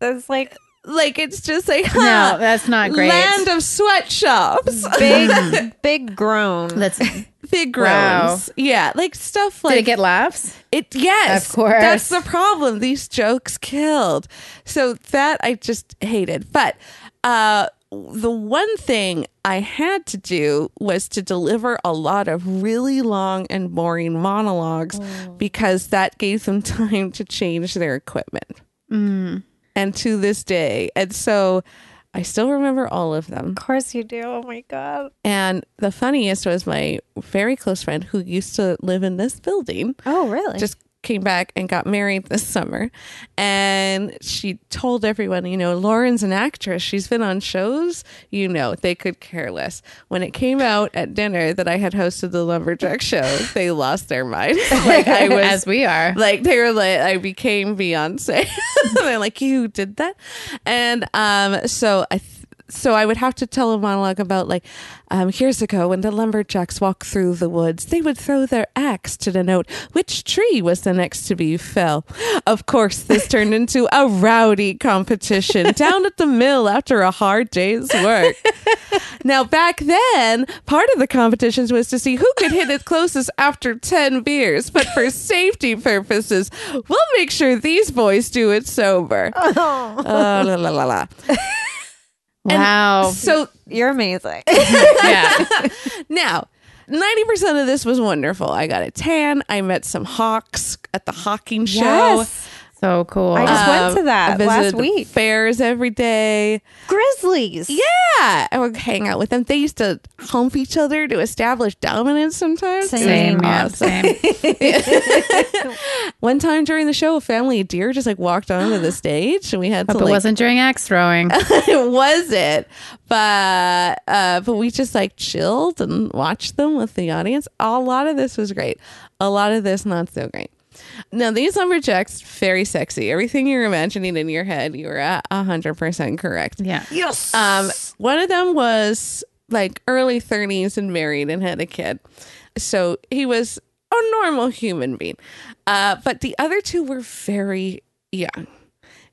Speaker 2: That's like
Speaker 4: like it's just like,
Speaker 1: No,
Speaker 4: huh,
Speaker 1: that's not great.
Speaker 4: land of sweatshops,
Speaker 2: big big groan.
Speaker 1: That's
Speaker 4: big
Speaker 1: Wow.
Speaker 4: groans. Yeah, like stuff
Speaker 1: did
Speaker 4: like
Speaker 1: it get laughs?
Speaker 4: It yes,
Speaker 1: Of course.
Speaker 4: That's the problem. These jokes killed. So that I just hated. But uh, the one thing I had to do was to deliver a lot of really long and boring monologues
Speaker 2: Oh.
Speaker 4: because that gave them time to change their equipment.
Speaker 2: Mm.
Speaker 4: And to this day, and so I still remember all of them.
Speaker 2: Of course you do. Oh my god.
Speaker 4: And the funniest was my very close friend who used to live in this building
Speaker 2: Oh really?
Speaker 4: just came back and got married this summer. And she told everyone, you know, Lauren's an actress. She's been on shows. You know, they could care less. When it came out at dinner that I had hosted the Lumberjack show, they lost their mind. like I was
Speaker 1: As we are.
Speaker 4: like they were like I became Beyonce. They're like you did that, and um, so I th- so I would have to tell a monologue about like um, years ago when the lumberjacks walked through the woods, they would throw their axe to denote which tree was the next to be fell. Of course, this turned into a rowdy competition down at the mill after a hard day's work. now back then, part of the competitions was to see who could hit it closest after ten beers. But for safety purposes, we'll make sure these boys do it sober. Oh, la, la, la, la.
Speaker 1: Wow.
Speaker 4: So
Speaker 2: You're amazing.
Speaker 1: yeah.
Speaker 4: now, 90% of this was wonderful. I got a tan. I met some hawks at the hawking show.
Speaker 2: Yes.
Speaker 1: So cool.
Speaker 2: I just went
Speaker 4: Um,
Speaker 2: to that
Speaker 4: I
Speaker 2: last
Speaker 4: visited
Speaker 2: week.
Speaker 4: Fairs every day.
Speaker 2: Grizzlies. Yeah.
Speaker 4: Yeah. I would hang out with them. They used to hump each other to establish dominance sometimes. It was
Speaker 1: same. Yeah.
Speaker 4: awesome.
Speaker 1: Same.
Speaker 4: One time during the show, a family of deer just like walked onto the stage and we had to
Speaker 1: Hope it
Speaker 4: like
Speaker 1: wasn't during axe throwing.
Speaker 4: it wasn't. But uh, but we just like chilled and watched them with the audience. A lot of this was great. A lot of this not so great. Now these lumberjacks very sexy. Everything you're imagining in your head, you were at hundred percent correct.
Speaker 1: Yeah.
Speaker 2: Yes.
Speaker 4: Um, one of them was like early 30s and married and had a kid. So he was a normal human being. Uh, but the other two were very young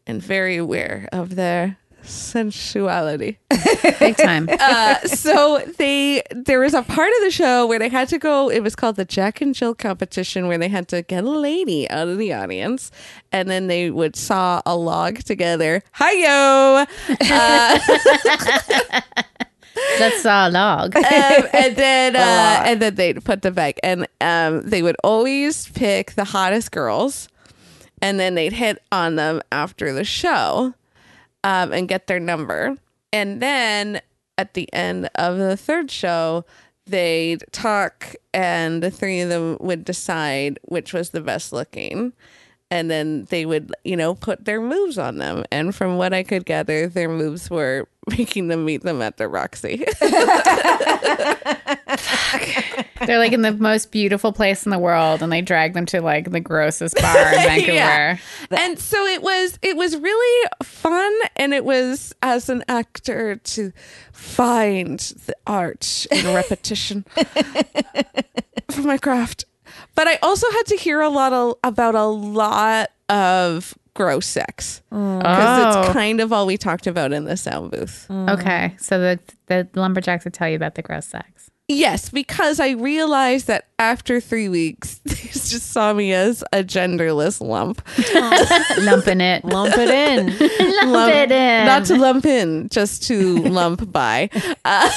Speaker 4: and very aware of their sensuality.
Speaker 1: Big time.
Speaker 4: Uh, so they there was a part of the show where they had to go it was called the Jack and Jill competition where they had to get a lady out of the audience and then they would saw a log together. Uh, Hi yo.
Speaker 1: That's a log.
Speaker 4: um, and then uh, and then they'd put them back and um, they would always pick the hottest girls and then they'd hit on them after the show um, and get their number and then at the end of the third show they'd talk and the three of them would decide which was the best looking and then they would you know put their moves on them and from what i could gather their moves were making them meet them at the roxy
Speaker 1: They're like in the most beautiful place in the world, and they drag them to like the grossest bar in Vancouver.
Speaker 4: Yeah. and so it was it was really fun and it was as an actor to find the art in repetition for my craft but i also had to hear a lot of, about a lot of gross sex because
Speaker 1: Oh. Mm.
Speaker 4: it's kind of all we talked about in the sound booth
Speaker 1: Okay, so the the lumberjacks would tell you about the gross sex.
Speaker 4: Yes, because I realized that after three weeks, they just saw me as a genderless lump.
Speaker 1: Lumping it, lump
Speaker 2: Lump it in.
Speaker 4: lump-
Speaker 1: it in.
Speaker 4: Not to lump in, just to lump by. Uh,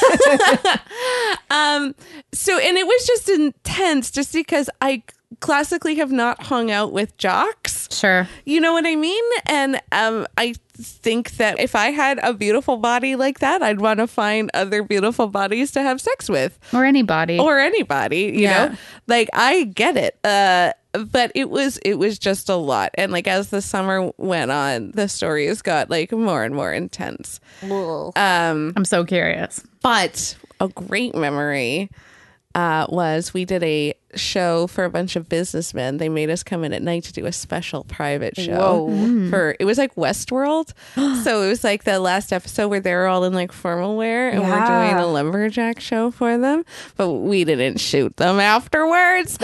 Speaker 4: um, so, and it was just intense just because I classically have not hung out with jocks.
Speaker 1: sure.
Speaker 4: You know what I mean? And um, I think that if I had a beautiful body like that, I'd want to find other beautiful bodies to have sex with
Speaker 1: Or anybody.
Speaker 4: or anybody you
Speaker 1: Yeah.
Speaker 4: know like i get it uh but it was it was just a lot and like as the summer went on the stories got like more and more intense um
Speaker 1: I'm so curious.
Speaker 4: but a great memory uh was we did a show for a bunch of businessmen they made us come in at night to do a special private show for it was like westworld so it was like the last episode where they were all in like formal wear and we're doing
Speaker 2: Yeah.
Speaker 4: a lumberjack show for them, but we didn't shoot them afterwards.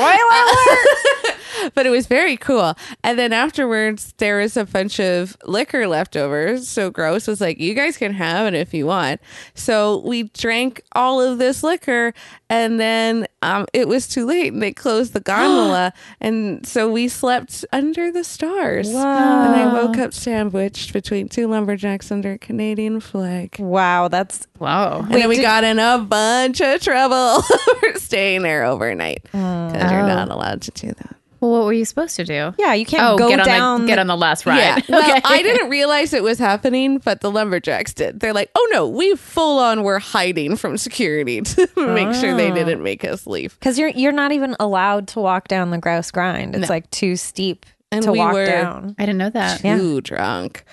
Speaker 4: but it was very cool. And then afterwards, there was a bunch of liquor leftovers. So Gross was like, "You guys can have it if you want." So we drank all of this liquor, and then um, it was too late, and they closed the gondola, and so we slept under the stars. And I woke up sandwiched between two lumberjacks under a Canadian flag.
Speaker 2: Wow, that's
Speaker 1: Whoa.
Speaker 4: And then we got in a bunch of trouble for staying there overnight because you're not allowed to do that.
Speaker 1: Well, what were you supposed to do?
Speaker 2: yeah. You can't
Speaker 1: Oh,
Speaker 2: go
Speaker 1: get on
Speaker 2: down.
Speaker 1: the get on the last ride.
Speaker 4: Yeah. Well, I didn't realize it was happening, but the lumberjacks did. They're like, "Oh no, we full on were hiding from security to make sure they didn't make us leave."
Speaker 2: because you're you're not even allowed to walk down the grouse grind. It's like too steep
Speaker 4: And
Speaker 2: to
Speaker 4: we
Speaker 2: walk
Speaker 4: were-
Speaker 2: down.
Speaker 1: I didn't know that.
Speaker 4: Too drunk.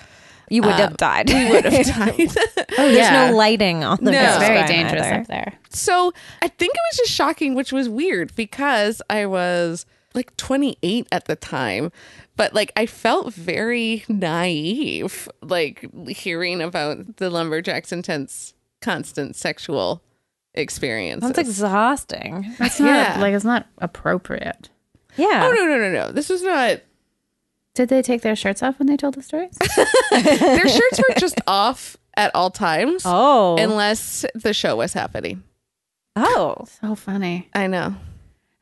Speaker 2: You would have died.
Speaker 4: um, Would have died.
Speaker 1: Oh,
Speaker 2: There's
Speaker 1: yeah.
Speaker 2: no lighting on the
Speaker 4: No.
Speaker 2: grouse
Speaker 1: It's very
Speaker 2: grind
Speaker 1: dangerous
Speaker 2: either.
Speaker 1: up there.
Speaker 4: so I think it was just shocking, which was weird because I was like 28 at the time, but like I felt very naive, like hearing about the lumberjack's intense, constant sexual experience.
Speaker 2: Sounds exhausting.
Speaker 1: That's not
Speaker 4: Yeah.
Speaker 1: like it's not appropriate.
Speaker 2: Yeah.
Speaker 4: oh, no, no, no, no. This was not.
Speaker 1: Did they take their shirts off when they told the stories?
Speaker 4: Their shirts were just off at all times
Speaker 2: Oh.
Speaker 4: unless the show was happening.
Speaker 2: oh.
Speaker 1: so funny.
Speaker 4: I know.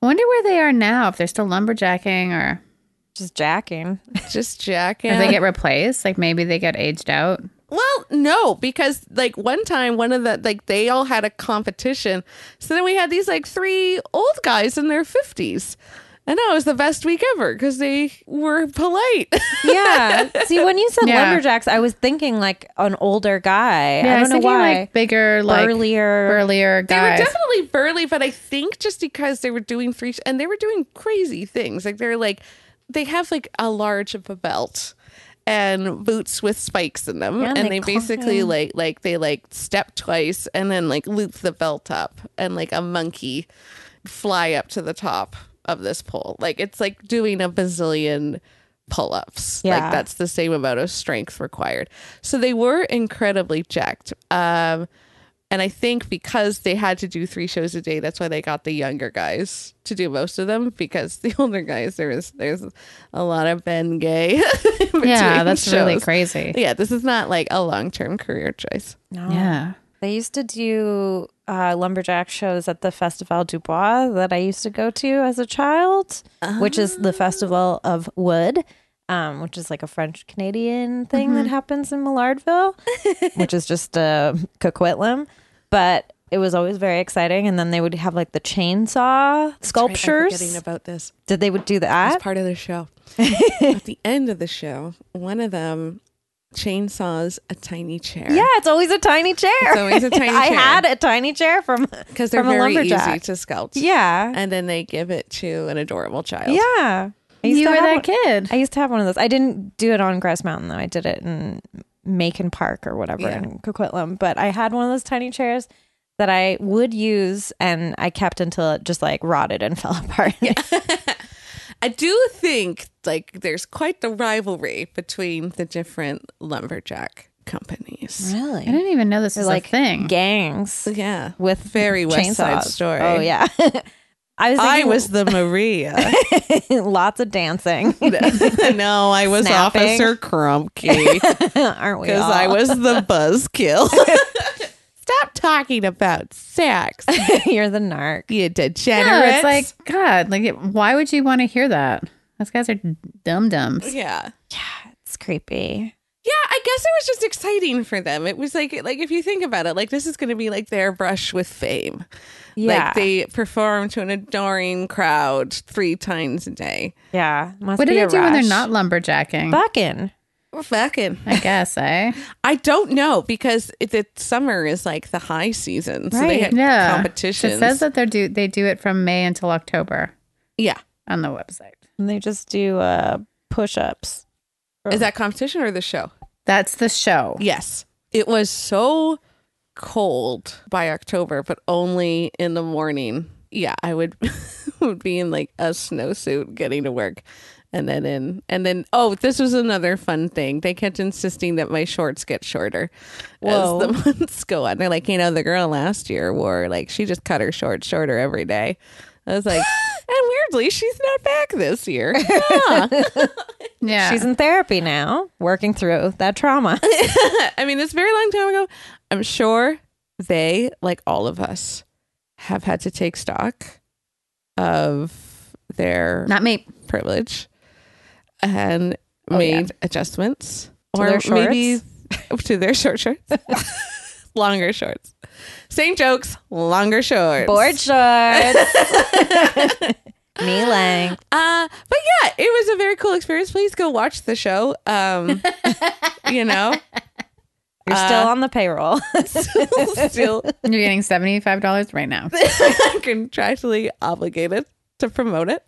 Speaker 1: I wonder where they are now. If they're still lumberjacking, or
Speaker 2: Just jacking.
Speaker 4: Just jacking.
Speaker 1: if they get replaced, like maybe they get aged out.
Speaker 4: Well, no, because like one time, one of the like they all had a competition. So then we had these like three old guys in their fifties, and that was the best week ever because they were polite.
Speaker 2: Yeah. See, when you said
Speaker 1: Yeah.
Speaker 2: lumberjacks, I was thinking like an older guy. I don't know
Speaker 1: thinking,
Speaker 2: why.
Speaker 1: Like bigger, like
Speaker 2: Burlier.
Speaker 1: burlier
Speaker 4: they were
Speaker 1: guys.
Speaker 4: definitely burly, but I think just because they were doing three and they were doing crazy things. Like they're like they have like a large of a belt and boots with spikes in them,
Speaker 2: Yeah, and
Speaker 4: and
Speaker 2: they
Speaker 4: they basically like like they like step twice and then like loop the belt up and like a monkey fly up to the top of this pole. Like it's like doing a bazillion pull ups.
Speaker 2: Yeah.
Speaker 4: Like that's the same amount of strength required. So they were incredibly jacked. Um and I think because they had to do three shows a day, that's why they got the younger guys to do most of them. Because the older guys, there is there's a lot of Ben Gay.
Speaker 1: yeah,
Speaker 4: between
Speaker 1: that's really
Speaker 4: shows.
Speaker 1: crazy.
Speaker 4: Yeah, this is not like a long term career choice.
Speaker 2: No.
Speaker 1: Yeah.
Speaker 2: They used to do uh, lumberjack shows at the Festival du Bois that I used to go to as a child, which is the Festival of Wood, um, which is like a French Canadian thing
Speaker 4: Mm-hmm.
Speaker 2: that happens in Millardville, which is just uh, Coquitlam. But it was always very exciting. And then they would have like the chainsaw sculptures.
Speaker 4: Forgetting about this.
Speaker 2: Did they would do
Speaker 4: It's
Speaker 2: that?
Speaker 4: part of the show. At the end of the show, one of them chainsaws a tiny chair.
Speaker 2: Yeah, it's always a tiny chair.
Speaker 4: It's always a tiny
Speaker 2: I
Speaker 4: chair.
Speaker 2: had a tiny chair from
Speaker 4: because they're
Speaker 2: from a
Speaker 4: very easy
Speaker 2: lumberjack.
Speaker 4: to sculpt.
Speaker 2: Yeah.
Speaker 4: and then they give it to an adorable child.
Speaker 2: Yeah. I used
Speaker 1: You
Speaker 2: to
Speaker 1: were
Speaker 2: have
Speaker 1: that
Speaker 2: one-
Speaker 1: kid.
Speaker 2: I used to have one of those. I didn't do it on Grass Mountain though. I did it in Macon Park or whatever
Speaker 4: Yeah.
Speaker 2: in Coquitlam. But I had one of those tiny chairs that I would use and I kept until it just like rotted and fell apart.
Speaker 4: I do think like there's quite the rivalry between the different lumberjack companies.
Speaker 1: I
Speaker 2: Really?
Speaker 1: didn't even know this was
Speaker 2: like
Speaker 1: a thing.
Speaker 2: gangs
Speaker 4: Yeah,
Speaker 2: with
Speaker 4: Very West Side
Speaker 2: chainsaws.
Speaker 4: Story.
Speaker 2: Oh yeah. I was
Speaker 4: I
Speaker 2: thinking
Speaker 4: was the Maria.
Speaker 2: lots of dancing,
Speaker 4: no, I was
Speaker 2: Snapping.
Speaker 4: Officer Crumpkey
Speaker 2: aren't we?
Speaker 4: because
Speaker 2: all?
Speaker 4: I was the buzzkill. Stop talking about sex,
Speaker 2: You're the narc.
Speaker 4: you degenerate.
Speaker 1: No, it's like God. Like, it, why would you want to hear that? Those guys are dum dums.
Speaker 4: yeah.
Speaker 2: It's creepy.
Speaker 4: Yeah, I guess it was just exciting for them. It was like like if you think about it, like this is going to be like their brush with fame.
Speaker 2: Yeah.
Speaker 4: Like they perform to an adoring crowd three times a day.
Speaker 2: Yeah. Must
Speaker 1: What do
Speaker 2: be
Speaker 1: they
Speaker 2: a
Speaker 1: do when they're
Speaker 2: rush.
Speaker 1: not lumberjacking?
Speaker 2: fucking?
Speaker 4: Fucking.
Speaker 1: I guess, eh?
Speaker 4: I don't know because it, the summer is like the high season. So they
Speaker 2: Right,
Speaker 4: had
Speaker 1: Yeah.
Speaker 4: competitions.
Speaker 1: It says that they do they do it from May until October
Speaker 4: yeah.
Speaker 1: on the website.
Speaker 2: And they just do uh, push-ups.
Speaker 4: Is that competition or the show?
Speaker 1: That's the show.
Speaker 4: Yes. It was so cold by October, but only in the morning. Yeah, I would would be in like a snowsuit getting to work. And then in and then oh, this was another fun thing. They kept insisting that my shorts get shorter
Speaker 2: Whoa.
Speaker 4: as the months go on. They're like, you know, the girl last year wore like she just cut her shorts shorter every day. I was like, and weirdly, she's not back this year. Huh.
Speaker 1: Yeah.
Speaker 2: She's in therapy now, working through that trauma.
Speaker 4: I mean, it's a very long time ago. I'm sure they, like all of us, have had to take stock of their
Speaker 1: Not me.
Speaker 4: privilege and
Speaker 1: Oh,
Speaker 4: made
Speaker 1: yeah.
Speaker 4: adjustments
Speaker 2: To their
Speaker 4: maybe to their short shorts, longer shorts. Same jokes, longer shorts.
Speaker 2: Board shorts. Knee length.
Speaker 4: Uh, but yeah, it was a very cool experience. Please go watch the show. Um, you know,
Speaker 2: You're
Speaker 4: Uh,
Speaker 2: still on the payroll.
Speaker 4: still
Speaker 1: You're getting seventy five dollars right now.
Speaker 4: contractually obligated to promote it.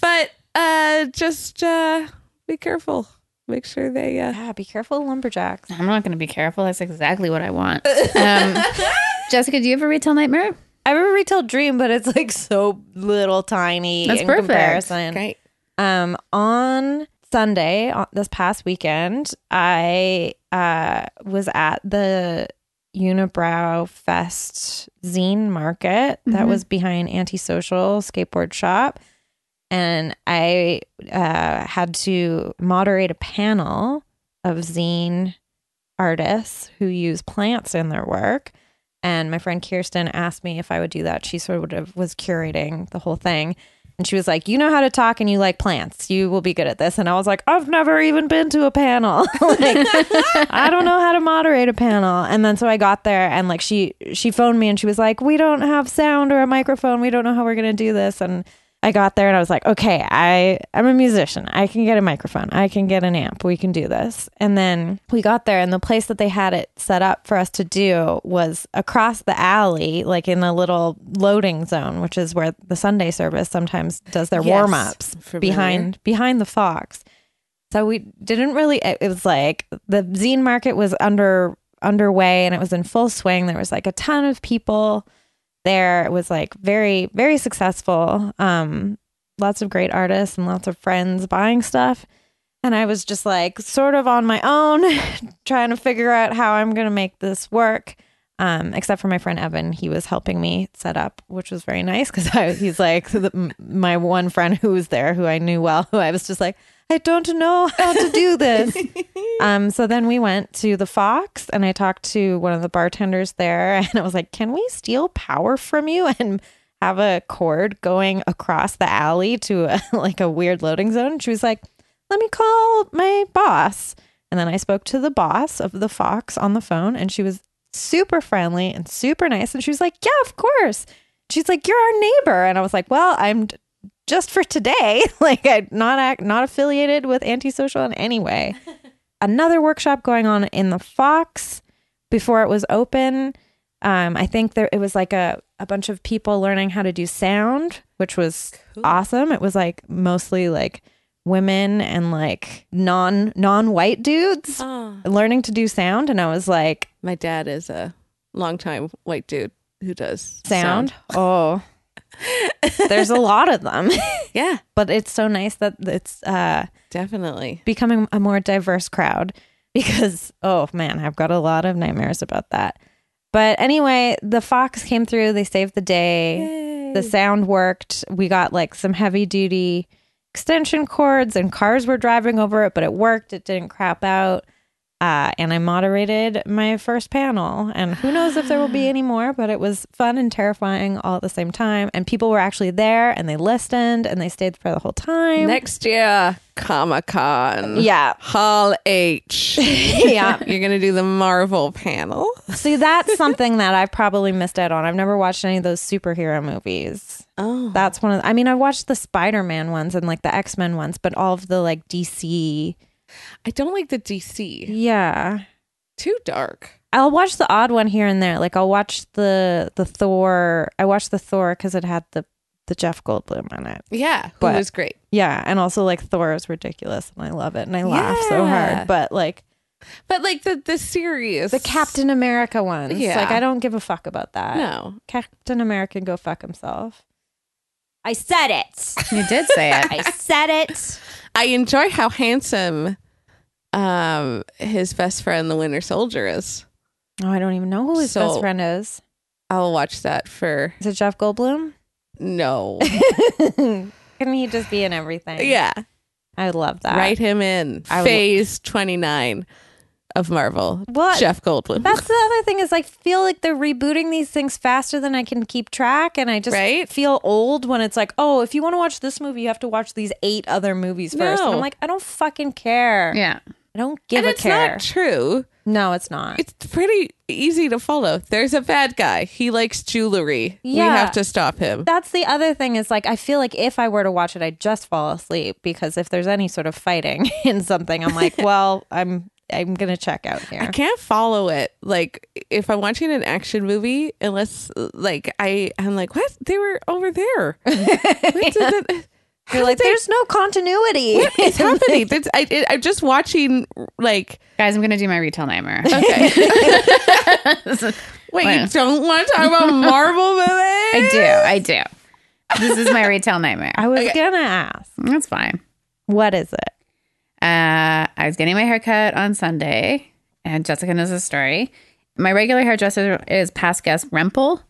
Speaker 4: But uh just uh be careful. Make sure they uh
Speaker 2: yeah, be careful, lumberjacks.
Speaker 1: I'm not going to be careful. That's exactly what I want. Um, Jessica, do you ever read Till Nightmare?
Speaker 2: I remember Retail Dream, but it's like so little tiny
Speaker 1: That's
Speaker 2: in
Speaker 1: perfect.
Speaker 2: comparison.
Speaker 4: Great.
Speaker 2: Um, on Sunday, on this past weekend, I uh, was at the Unibrow Fest zine market that
Speaker 1: Mhm.
Speaker 2: was behind Antisocial Skateboard Shop. And I uh, had to moderate a panel of zine artists who use plants in their work. And my friend Kirsten asked me if I would do that. She sort of was curating the whole thing. And she was like, You know how to talk and you like plants. You will be good at this. And I was like, I've never even been to a panel. like, I don't know how to moderate a panel. And then so I got there and like she she phoned me and she was like, "We don't have sound or a microphone. We don't know how we're going to do this." And I got there and I was like, "Okay, I I'm a musician. I can get a microphone. I can get an amp. We can do this." And then we got there and the place that they had it set up for us to do was across the alley, like in a little loading zone, which is where the Sunday service sometimes does their
Speaker 4: Yes,
Speaker 2: warm-ups
Speaker 4: familiar.
Speaker 2: behind behind the Fox. So we didn't really. It it was like the zine market was under underway and it was in full swing. There was like a ton of people there. It was like very very successful. Um, lots of great artists and lots of friends buying stuff. And I was just like sort of on my own, trying to figure out how I'm gonna make this work. Um, except for my friend Evan, he was helping me set up, which was very nice because he's like the, m- my one friend who was there, who I knew well, who I was just like, I don't know how to do this. um, so then we went to the Fox, and I talked to one of the bartenders there, and I was like, "Can we steal power from you and have a cord going across the alley to a, like a weird loading zone?" And she was like, "Let me call my boss." And then I spoke to the boss of the Fox on the phone, and she was super friendly and super nice. And she was like, Yeah, of course. She's like, You're our neighbor. And I was like, Well, I'm d- just for today. like, I'm not, ac- not affiliated with antisocial in any way. Another workshop going on in the Fox before it was open. Um, I think there it was like a, a bunch of people learning how to do sound, which was awesome. It was like mostly like women and like non non white dudes
Speaker 4: Oh.
Speaker 2: learning to do sound and I was like
Speaker 4: My dad is a longtime white dude who does
Speaker 2: sound. Oh. There's a lot of them.
Speaker 4: Yeah,
Speaker 2: but it's so nice that it's uh
Speaker 4: definitely.
Speaker 2: becoming a more diverse crowd because oh man, I've got a lot of nightmares about that. But anyway, the fox came through, they saved the day. The sound worked. We got like some heavy duty extension cords and cars were driving over it, but it worked. It didn't crap out. Uh, and I moderated my first panel, and who knows if there will be any more, but it was fun and terrifying all at the same time. And people were actually there and they listened and they stayed for the whole time.
Speaker 4: Next year, Comic Con.
Speaker 2: yeah.
Speaker 4: Hall H.
Speaker 2: yeah.
Speaker 4: You're going to do the Marvel panel.
Speaker 2: See, that's something that I've probably missed out on. I've never watched any of those superhero movies.
Speaker 4: Oh.
Speaker 2: That's one of. I mean, I watched the Spider Man ones and like the X Men ones, but all of the like DC.
Speaker 4: I don't like the DC.
Speaker 2: Yeah,
Speaker 4: Too dark.
Speaker 2: I'll watch the odd one here and there. Like I'll watch the the Thor. I watched the Thor because it had the the Jeff Goldblum in it.
Speaker 4: Yeah. Who
Speaker 2: But-
Speaker 4: was great.
Speaker 2: Yeah, and also like Thor is ridiculous, and I love it, and I laugh so
Speaker 4: Yeah.
Speaker 2: hard. But like
Speaker 4: But like the, the series.
Speaker 2: the Captain America ones,
Speaker 4: Yeah.
Speaker 2: like I don't give a fuck about that.
Speaker 4: No.
Speaker 2: Captain America can go fuck himself. I said it.
Speaker 1: You did say it.
Speaker 2: I said it.
Speaker 4: I enjoy how handsome um his best friend, the Winter Soldier, is.
Speaker 2: Oh, I don't even know who his
Speaker 4: So-
Speaker 2: best friend is.
Speaker 4: I'll watch that for
Speaker 2: Is it Jeff Goldblum?
Speaker 4: no.
Speaker 2: Couldn't he just be in everything?
Speaker 4: yeah.
Speaker 2: I love that.
Speaker 4: Write him in
Speaker 2: I would-
Speaker 4: phase 29 of Marvel.
Speaker 2: What?
Speaker 4: Jeff Goldblum.
Speaker 2: That's the other thing is like feel like they're rebooting these things faster than I can keep track, and I just
Speaker 4: Right?
Speaker 2: feel old when it's like, oh, if you want to watch this movie, you have to watch these eight other movies first. And
Speaker 4: No.
Speaker 2: I'm like, I don't fucking care.
Speaker 1: Yeah.
Speaker 2: I don't give
Speaker 4: and
Speaker 2: a
Speaker 4: it's
Speaker 2: care.
Speaker 4: not true.
Speaker 2: no, it's not.
Speaker 4: It's pretty easy to follow. There's a bad guy. He likes jewelry. We
Speaker 2: Yeah.
Speaker 4: have to stop him.
Speaker 2: that's the other thing is like I feel like if I were to watch it, I'd just fall asleep because if there's any sort of fighting in something, I'm like, well, I'm I'm gonna check out
Speaker 4: I
Speaker 2: here.
Speaker 4: can't follow it. Like if I'm watching an action movie, unless like I, I'm like, what? They were over there. What did that-
Speaker 2: You're like, there's no continuity.
Speaker 4: It's happening. That's- I, it, I'm just watching. Like,
Speaker 1: Guys, I'm going to do my retail nightmare.
Speaker 4: okay, Wait, you
Speaker 1: Well-
Speaker 4: don't want to talk about Marvel movies?
Speaker 1: I do. I do. This is my retail nightmare.
Speaker 2: I was
Speaker 4: Okay.
Speaker 2: gonna ask,
Speaker 1: That's fine.
Speaker 2: what is it?
Speaker 1: Uh, I was getting my haircut on Sunday, and Jessica knows the story. My regular hairdresser is past guest Rempel,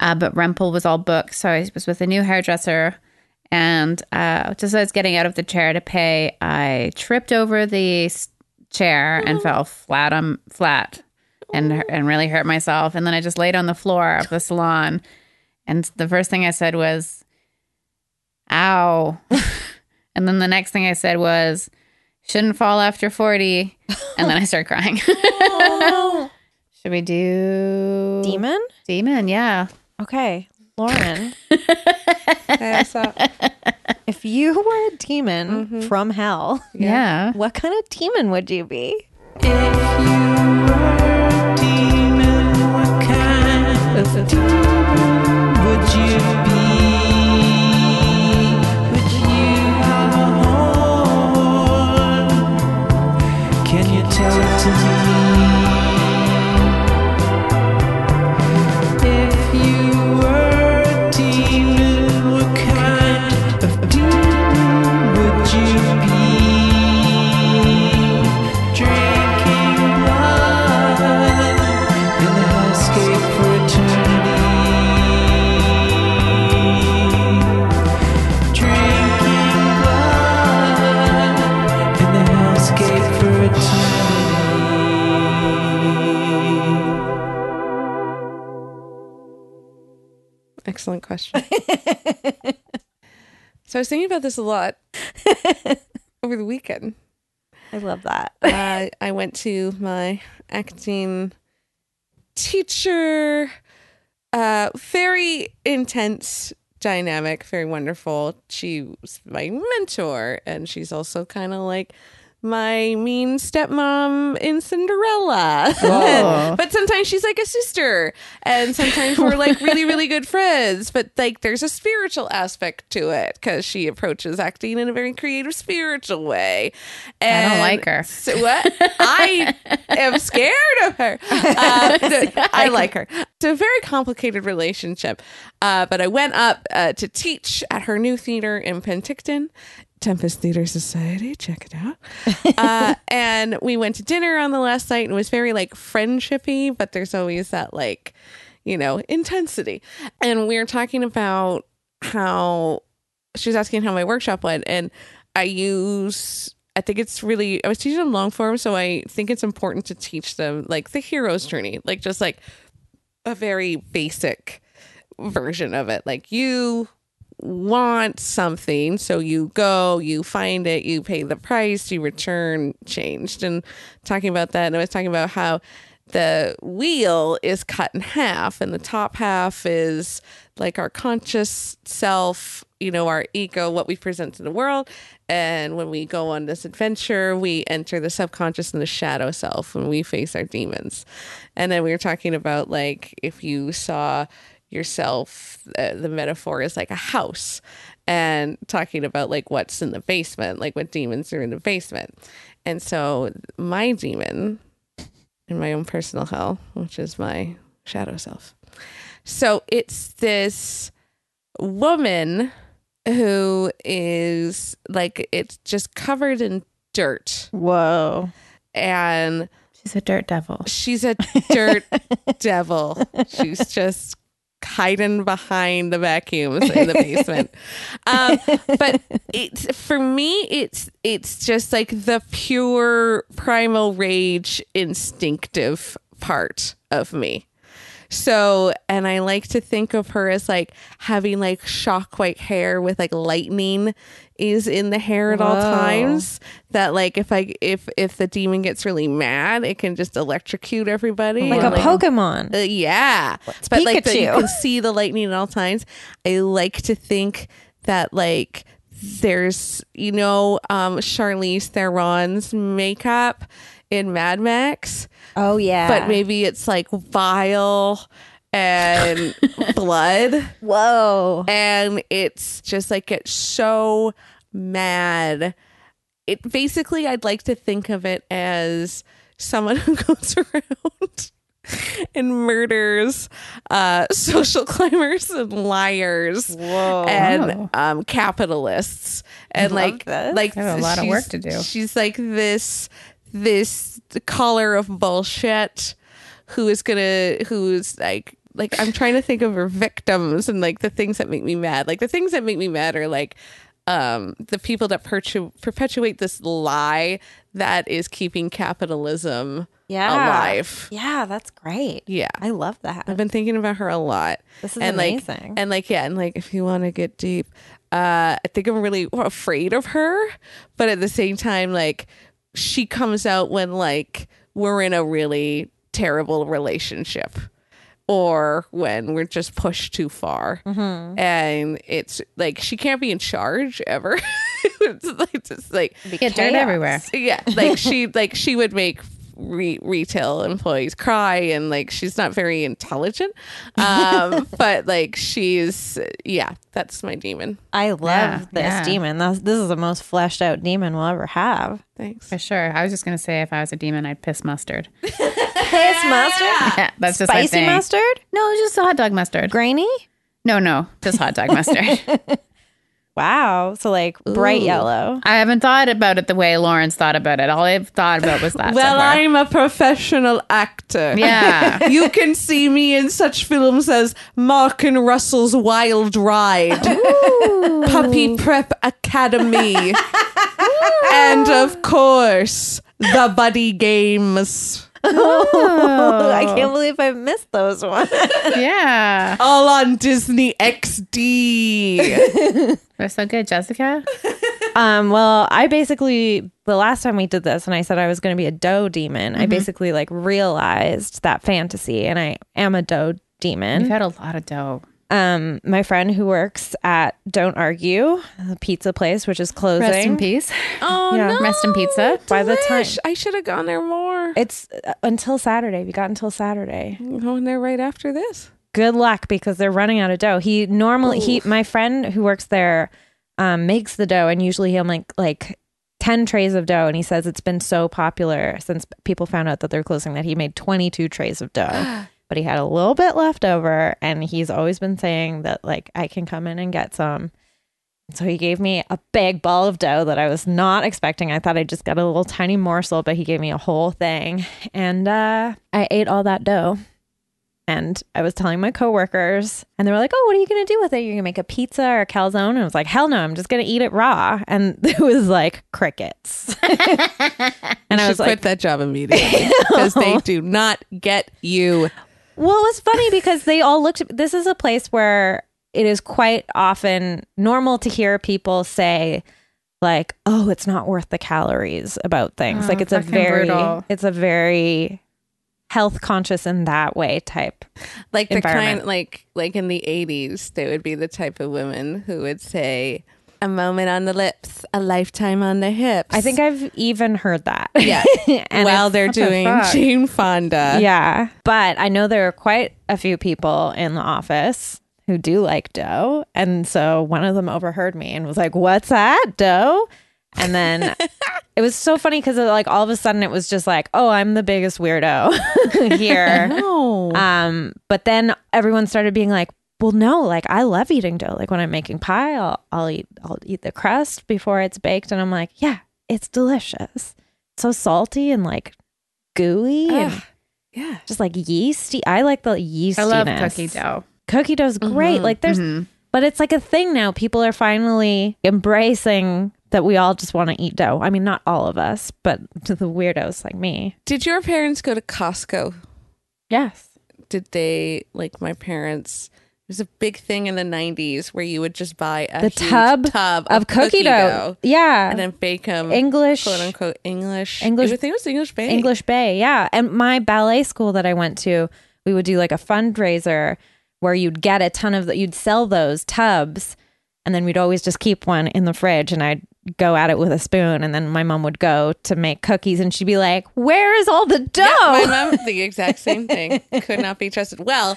Speaker 1: uh, but Rempel was all booked, so I was with a new hairdresser. And uh, just as I was getting out of the chair to pay, I tripped over the s- chair and fell flat on flat, and hu- and really hurt myself. And then I just laid on the floor of the salon, and the first thing I said was, "Ow." And then the next thing I said was, shouldn't fall after 40. And then I started crying. Should we do
Speaker 2: Demon?
Speaker 1: Demon, yeah.
Speaker 2: Okay, Lauren,
Speaker 4: I saw-
Speaker 2: if you were a demon
Speaker 1: Mm-hmm.
Speaker 2: from hell,
Speaker 1: Yeah.
Speaker 2: what kind of demon would you be?
Speaker 5: Can you tell it to me? If you were a demon, what kind of demon would you be? Drinking blood in the hellscape for eternity. Drinking blood in the hellscape for eternity.
Speaker 4: Excellent question. so I was thinking about this a lot over the weekend.
Speaker 2: I love that.
Speaker 4: uh, I went to my acting teacher. Uh, very intense dynamic, very wonderful. She was my mentor, and she's also kind of like my mean stepmom in Cinderella.
Speaker 1: Oh.
Speaker 4: but sometimes she's like a sister, and sometimes we're like really, really good friends. But like, there's a spiritual aspect to it because she approaches acting in a very creative, spiritual way.
Speaker 1: I
Speaker 4: And
Speaker 1: don't like her.
Speaker 4: so what? I am scared of her. Uh, th- I like her. It's a very complicated relationship. Uh, but I went up uh, to teach at her new theater in Penticton, Tempest Theater Society. Check it out. Uh, and we went to dinner on the last night and it was very like friendshipy, but there's always that like, you know, intensity. And we were talking about how she was asking how my workshop went and i use i think it's really i was teaching them long form so i think it's important to teach them like the hero's journey like just like a very basic version of it like you want something so you go you find it you pay the price you return changed and talking about that and i was talking about how the wheel is cut in half and the top half is like our conscious self you know our ego what we present to the world and when we go on this adventure we enter the subconscious and the shadow self and we face our demons and then we were talking about like if you saw yourself uh, the metaphor is like a house and talking about like what's in the basement like what demons are in the basement and so my demon in my own personal hell which is my shadow self so it's this woman who is like it's just covered in dirt
Speaker 2: Whoa.
Speaker 4: and
Speaker 1: She's a dirt devil.
Speaker 4: She's a dirt devil. She's just hiding behind the vacuums in the basement. Um, but it's for me, it's it's just like the pure primal rage, instinctive part of me. So, and I like to think of her as like having like shock white hair with like lightning is in the hair at all
Speaker 2: Whoa.
Speaker 4: times. That like if I if if the demon gets really mad, it can just electrocute everybody.
Speaker 2: Like
Speaker 4: and,
Speaker 2: a Pokemon.
Speaker 4: uh, yeah, but like the, you
Speaker 2: Pikachu.
Speaker 4: can see the lightning at all times. I like to think that like there's you know um Charlize Theron's makeup in Mad Max
Speaker 2: Oh yeah.
Speaker 4: but maybe it's like vile and blood
Speaker 2: Whoa.
Speaker 4: and it's just like it's so mad it basically i'd like to think of it as someone who goes around and murders uh, social climbers and liars
Speaker 2: Whoa.
Speaker 4: and
Speaker 1: Wow.
Speaker 4: um, capitalists and
Speaker 2: love
Speaker 4: like
Speaker 2: this.
Speaker 4: like
Speaker 1: I have a lot of
Speaker 4: she's-
Speaker 1: work to do.
Speaker 4: She's like this this collar of bullshit who is gonna who's like like I'm trying to think of her victims and like the things that make me mad. Like the things that make me mad are like um the people that pertu- perpetuate this lie that is keeping capitalism
Speaker 2: Yeah.
Speaker 4: alive.
Speaker 2: Yeah, that's great.
Speaker 4: Yeah.
Speaker 2: I love that.
Speaker 4: I've been thinking about her a lot.
Speaker 2: This is
Speaker 4: and
Speaker 2: amazing.
Speaker 4: Like, and like, yeah, and like, if you want to get deep, uh, I think I'm really afraid of her, but at the same time, like, she comes out when like we're in a really terrible relationship, or when we're just pushed too far,
Speaker 2: Mm-hmm.
Speaker 4: and it's like she can't be in charge ever. it's like, it's just like
Speaker 1: Get dirt everywhere.
Speaker 4: yeah like she like she would make re- retail employees cry and like she's not very intelligent um but like she's yeah that's my demon
Speaker 2: I love
Speaker 1: Yeah,
Speaker 2: this
Speaker 1: yeah.
Speaker 2: demon. That's, this is the most fleshed out demon we'll ever have.
Speaker 4: thanks
Speaker 1: For sure. I was just gonna say if I was a demon, I'd piss mustard.
Speaker 2: Piss mustard?
Speaker 1: Yeah, that's just my
Speaker 2: Spicy
Speaker 1: thing.
Speaker 2: mustard?
Speaker 1: No, just hot dog mustard.
Speaker 2: Grainy?
Speaker 1: No, no, just hot dog mustard.
Speaker 2: Wow. So like bright
Speaker 4: Ooh.
Speaker 2: yellow.
Speaker 1: I haven't thought about it the way Lawrence thought about it. All I've thought about was that.
Speaker 4: well
Speaker 1: so far.
Speaker 4: i'm a professional actor
Speaker 1: Yeah.
Speaker 4: you can see me in such films as Mark and Russell's Wild Ride, Puppy Prep Academy, and of course, The Buddy Games.
Speaker 2: Oh, I can't believe I missed those ones.
Speaker 1: yeah.
Speaker 4: all on Disney XD.
Speaker 1: They're so good, Jessica.
Speaker 2: um, well, I basically the last time we did this and I said I was going to be a doe demon, I basically like realized that fantasy and I am a doe demon.
Speaker 1: You've had a lot of dough.
Speaker 2: um, my friend who works at Don't Argue, the pizza place, which is closing.
Speaker 1: Rest in peace.
Speaker 4: oh
Speaker 2: Yeah.
Speaker 1: Rest in pizza.
Speaker 2: By the time
Speaker 4: I should have gone there more.
Speaker 2: it's uh, until Saturday, we got until Saturday.
Speaker 4: I'm going there right after this.
Speaker 2: Good luck because they're running out of dough. He normally he my friend who works there um, makes the dough, and usually he'll make like ten trays of dough. And he says it's been so popular since people found out that they're closing that he made twenty two trays of dough. But he had a little bit left over, and he's always been saying that like I can come in and get some. So he gave me a big ball of dough that I was not expecting. I thought I just got a little tiny morsel, but he gave me a whole thing. And uh, I ate all that dough. And I was telling my coworkers, and they were like, Oh, what are you going to do with it? You're going to make a pizza or a calzone? And I was like, Hell no, I'm just going to eat it raw. And it was like crickets. and I was like,
Speaker 4: quit that job immediately because they do not get you.
Speaker 2: Well, it was funny because they all looked. This is a place where it is quite often normal to hear people say, like, "Oh, it's not worth the calories" about things.
Speaker 1: Oh,
Speaker 2: like, it's a
Speaker 1: fucking
Speaker 2: very,
Speaker 1: brutal.
Speaker 2: it's a very health conscious in that way type.
Speaker 4: Like the
Speaker 2: Environment.
Speaker 4: kind, like like in the eighties, they would be the type of women who would say, "A moment on the lips, a lifetime on the hips."
Speaker 2: I think I've even heard that.
Speaker 4: yeah.
Speaker 2: and
Speaker 4: While
Speaker 2: it's-
Speaker 4: they're doing
Speaker 1: fuck?
Speaker 4: Jane Fonda,
Speaker 2: yeah, but I know there are quite a few people in the office. Who do like dough. And so one of them overheard me and was like, What's that, dough? And then it was so funny because like all of a sudden it was just like, oh, I'm the biggest weirdo here.
Speaker 4: no,
Speaker 2: um, but then everyone started being like, well, no, like I love eating dough. Like when I'm making pie, I'll, I'll eat I'll eat the crust before it's baked, and I'm like, yeah, it's delicious. So salty and like gooey and
Speaker 4: Ugh. yeah,
Speaker 2: just like yeasty. I like the yeastiness.
Speaker 1: I love cookie dough.
Speaker 2: Cookie dough's great. Like there's
Speaker 1: Mhm.
Speaker 2: but it's like a thing now. People are finally embracing that we all just want to eat dough. I mean, not all of us, but to the weirdos like me.
Speaker 4: Did your parents go to Costco?
Speaker 2: Yes.
Speaker 4: did they like my parents it was a big thing in the 90s where you would just buy a
Speaker 2: The
Speaker 4: huge
Speaker 2: tub,
Speaker 4: tub
Speaker 2: of cookie, dough. Yeah.
Speaker 4: and then bake them
Speaker 2: English
Speaker 4: quote unquote english
Speaker 2: English-
Speaker 4: i think it was english bake
Speaker 2: English Bay. Yeah. And my ballet school that I went to, we would do like a fundraiser where you'd get a ton of the, you'd sell those tubs and then we'd always just keep one in the fridge and I'd go at it with a spoon and then my mom would go to make cookies and she'd be like, "Where is all the dough?"
Speaker 4: my mom the exact same thing could not be trusted well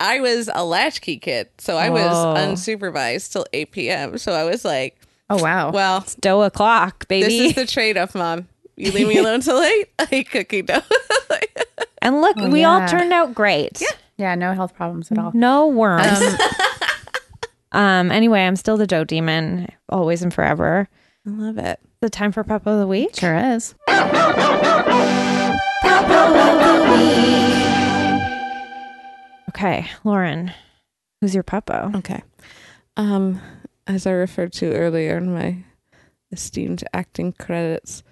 Speaker 4: i was a latchkey kid so i was
Speaker 2: Oh.
Speaker 4: unsupervised till 8 p.m so i was like
Speaker 1: Oh wow.
Speaker 4: well
Speaker 2: dough o'clock, baby.
Speaker 4: this is the trade-off mom you leave me alone till late i eat cookie dough
Speaker 2: And look, we all turned out great.
Speaker 1: Yeah, no health problems at all.
Speaker 2: No worms. Um, anyway, I'm still the Joe Demon, always and forever.
Speaker 4: I love it.
Speaker 2: The time for Papa of the Week.
Speaker 1: Sure is.
Speaker 2: Okay, Lauren, who's your Papa?
Speaker 4: Okay. Um, as I referred to earlier in my esteemed acting credits,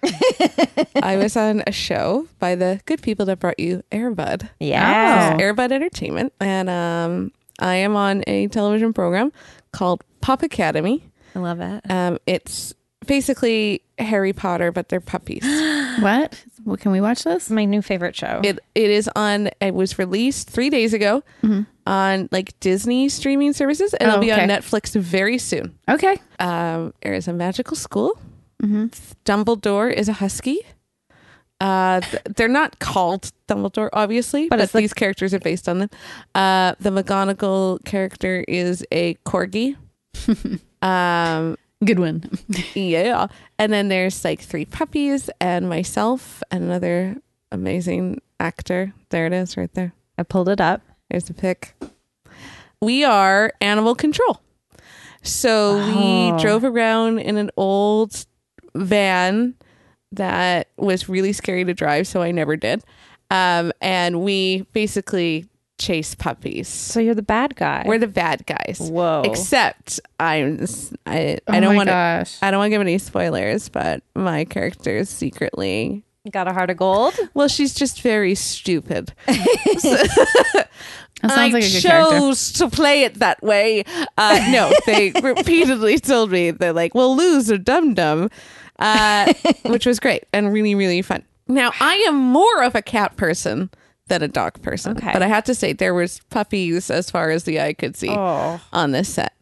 Speaker 4: I was on a show by the good people that brought you Airbud.
Speaker 2: Yeah.
Speaker 4: Airbud Entertainment. And um, I am on a television program called Pop Academy.
Speaker 2: I love it.
Speaker 4: Um, it's basically Harry Potter, but they're puppies.
Speaker 1: What? Well, can we watch this?
Speaker 2: It's my new favorite show.
Speaker 4: it it is on. It was released three days ago
Speaker 1: Mm-hmm.
Speaker 4: on like Disney streaming services, and it'll be on
Speaker 1: okay.
Speaker 4: Netflix very soon.
Speaker 1: Okay.
Speaker 4: Um, there is a magical school. Dumbledore is a husky. Uh, th- they're not called Dumbledore, obviously, but,
Speaker 2: it's the-
Speaker 4: these characters are based on them. Uh, the McGonagall character is a corgi.
Speaker 1: Mm-hmm.
Speaker 4: um,
Speaker 1: Good one.
Speaker 4: yeah. And then there's like three puppies and myself and another amazing actor. There it is right there.
Speaker 2: I pulled it up.
Speaker 4: There's the pic. We are animal control. So
Speaker 1: Oh.
Speaker 4: we drove around in an old van that was really scary to drive, so I never did. Um, and we basically chase puppies.
Speaker 2: So you're the bad guy.
Speaker 4: We're the bad guys.
Speaker 2: Whoa.
Speaker 4: Except I'm I, I
Speaker 1: oh
Speaker 4: don't
Speaker 1: my
Speaker 4: want to
Speaker 1: gosh.
Speaker 4: I don't want to give any spoilers, but my character is secretly
Speaker 2: Got a heart of gold.
Speaker 4: well, she's just very stupid.
Speaker 1: That sounds
Speaker 4: I
Speaker 1: like a good character.
Speaker 4: chose to play it that way. Uh, no, they repeatedly told me they're like, "We'll lose or dum dum," uh, which was great and really really fun. Now I am more of a cat person than a dog person,
Speaker 2: Okay.
Speaker 4: but I have to say there was puppies as far as the eye could see
Speaker 2: Oh.
Speaker 4: on this set.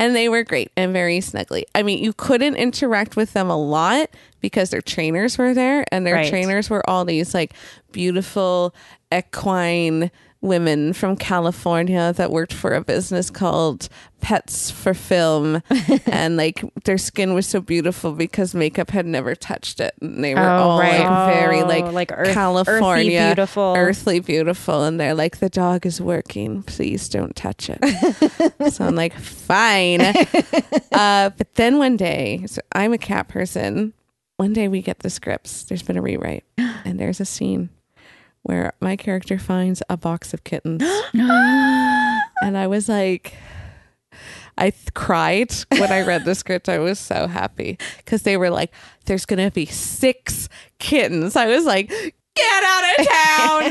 Speaker 4: And they were great and very snuggly. I mean, you couldn't interact with them a lot because their trainers were there, and their
Speaker 2: Right.
Speaker 4: trainers were all these like beautiful equine women from California that worked for a business called Pets for Film. and like their skin was so beautiful because makeup had never touched it. And they were
Speaker 1: Oh,
Speaker 4: all
Speaker 2: right.
Speaker 4: like very
Speaker 2: Oh,
Speaker 4: like,
Speaker 2: like earth- earthy
Speaker 4: California
Speaker 2: beautiful.
Speaker 4: earthly beautiful. And they're like, the dog is working. Please don't touch it. So I'm like, fine. uh, but then one day, so I'm a cat person. One day we get the scripts. There's been a rewrite, and there's a scene where my character finds a box of kittens. and I was like, I th- cried when I read the script. I was so happy because they were like, there's going to be six kittens. I was like, get out of town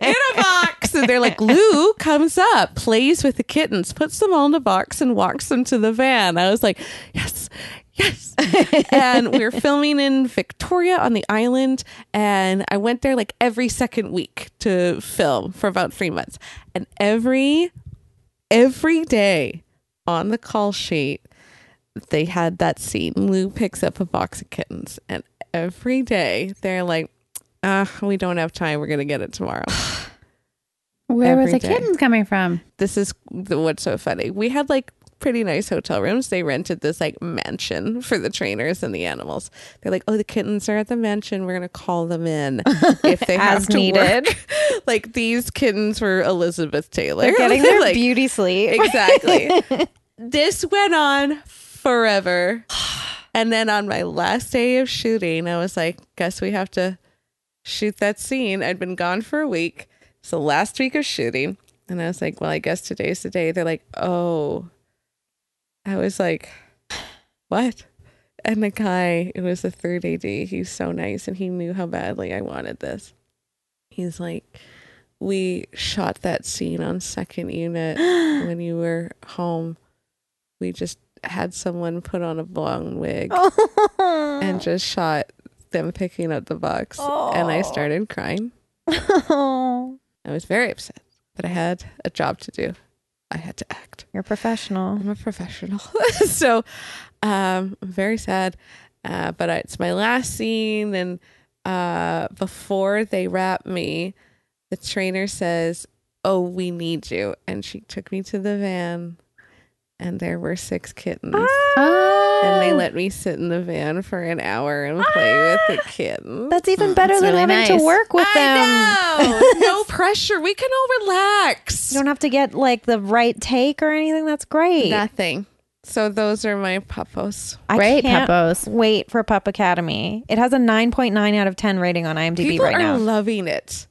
Speaker 4: in a box. And they're like, Lou comes up, plays with the kittens, puts them all in a box, and walks them to the van. I was like, yes, yes. and we were filming in Victoria on the island. And I went there like every second week to film for about three months. And every, every day on the call sheet, they had that scene. Lou picks up a box of kittens, and every day they're like, "Ah, we don't have time. We're gonna get it tomorrow."
Speaker 1: Where was
Speaker 4: every
Speaker 1: the
Speaker 4: day.
Speaker 1: kittens coming from?
Speaker 4: this is the, what's so funny. We had like pretty nice hotel rooms. They rented this like mansion for the trainers and the animals. They're like, "Oh, the kittens are at the mansion. We're gonna call them in if they have
Speaker 2: As
Speaker 4: to
Speaker 2: needed.
Speaker 4: work." like these kittens were Elizabeth Taylor.
Speaker 2: They're getting their
Speaker 4: Like,
Speaker 2: beauty sleep.
Speaker 4: Exactly. this went on forever. And then on my last day of shooting, I was like, guess we have to shoot that scene. I'd been gone for a week. It's the last week of shooting. And I was like, well, I guess today's the day. They're like, oh. I was like, what? And the guy, it was the third AD. He's so nice and he knew how badly I wanted this. He's like, we shot that scene on second unit when you were home. We just had someone put on a blonde wig and just shot them picking up the box. And I started crying. I was very upset, but I had a job to do. I had to act.
Speaker 2: You're professional.
Speaker 4: I'm a professional. so um, I'm very sad. Uh, but I, it's my last scene. And uh, before they wrap me, the trainer says, Oh, we need you. And she took me to the van, and there were six kittens.
Speaker 1: Oh,
Speaker 4: and
Speaker 2: Ah!
Speaker 4: they let me sit in the van for an hour and play with the kitten.
Speaker 2: That's even better than
Speaker 1: really
Speaker 2: having
Speaker 1: nice.
Speaker 2: to work Ah! with them.
Speaker 4: I know. no pressure. We can all relax.
Speaker 2: You don't have to get like the right take or anything. That's great.
Speaker 4: Nothing. So those are my puppos.
Speaker 2: I
Speaker 1: Great
Speaker 2: can't
Speaker 1: puppos.
Speaker 2: Wait for Pup Academy. It has a 9.9 out of 10 rating on IMDb
Speaker 4: People
Speaker 2: right
Speaker 4: are
Speaker 2: now.
Speaker 4: loving it.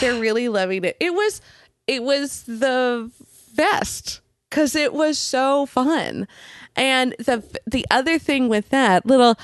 Speaker 4: They're really loving it. It was it was the best cuz it was so fun. And the the other thing with that little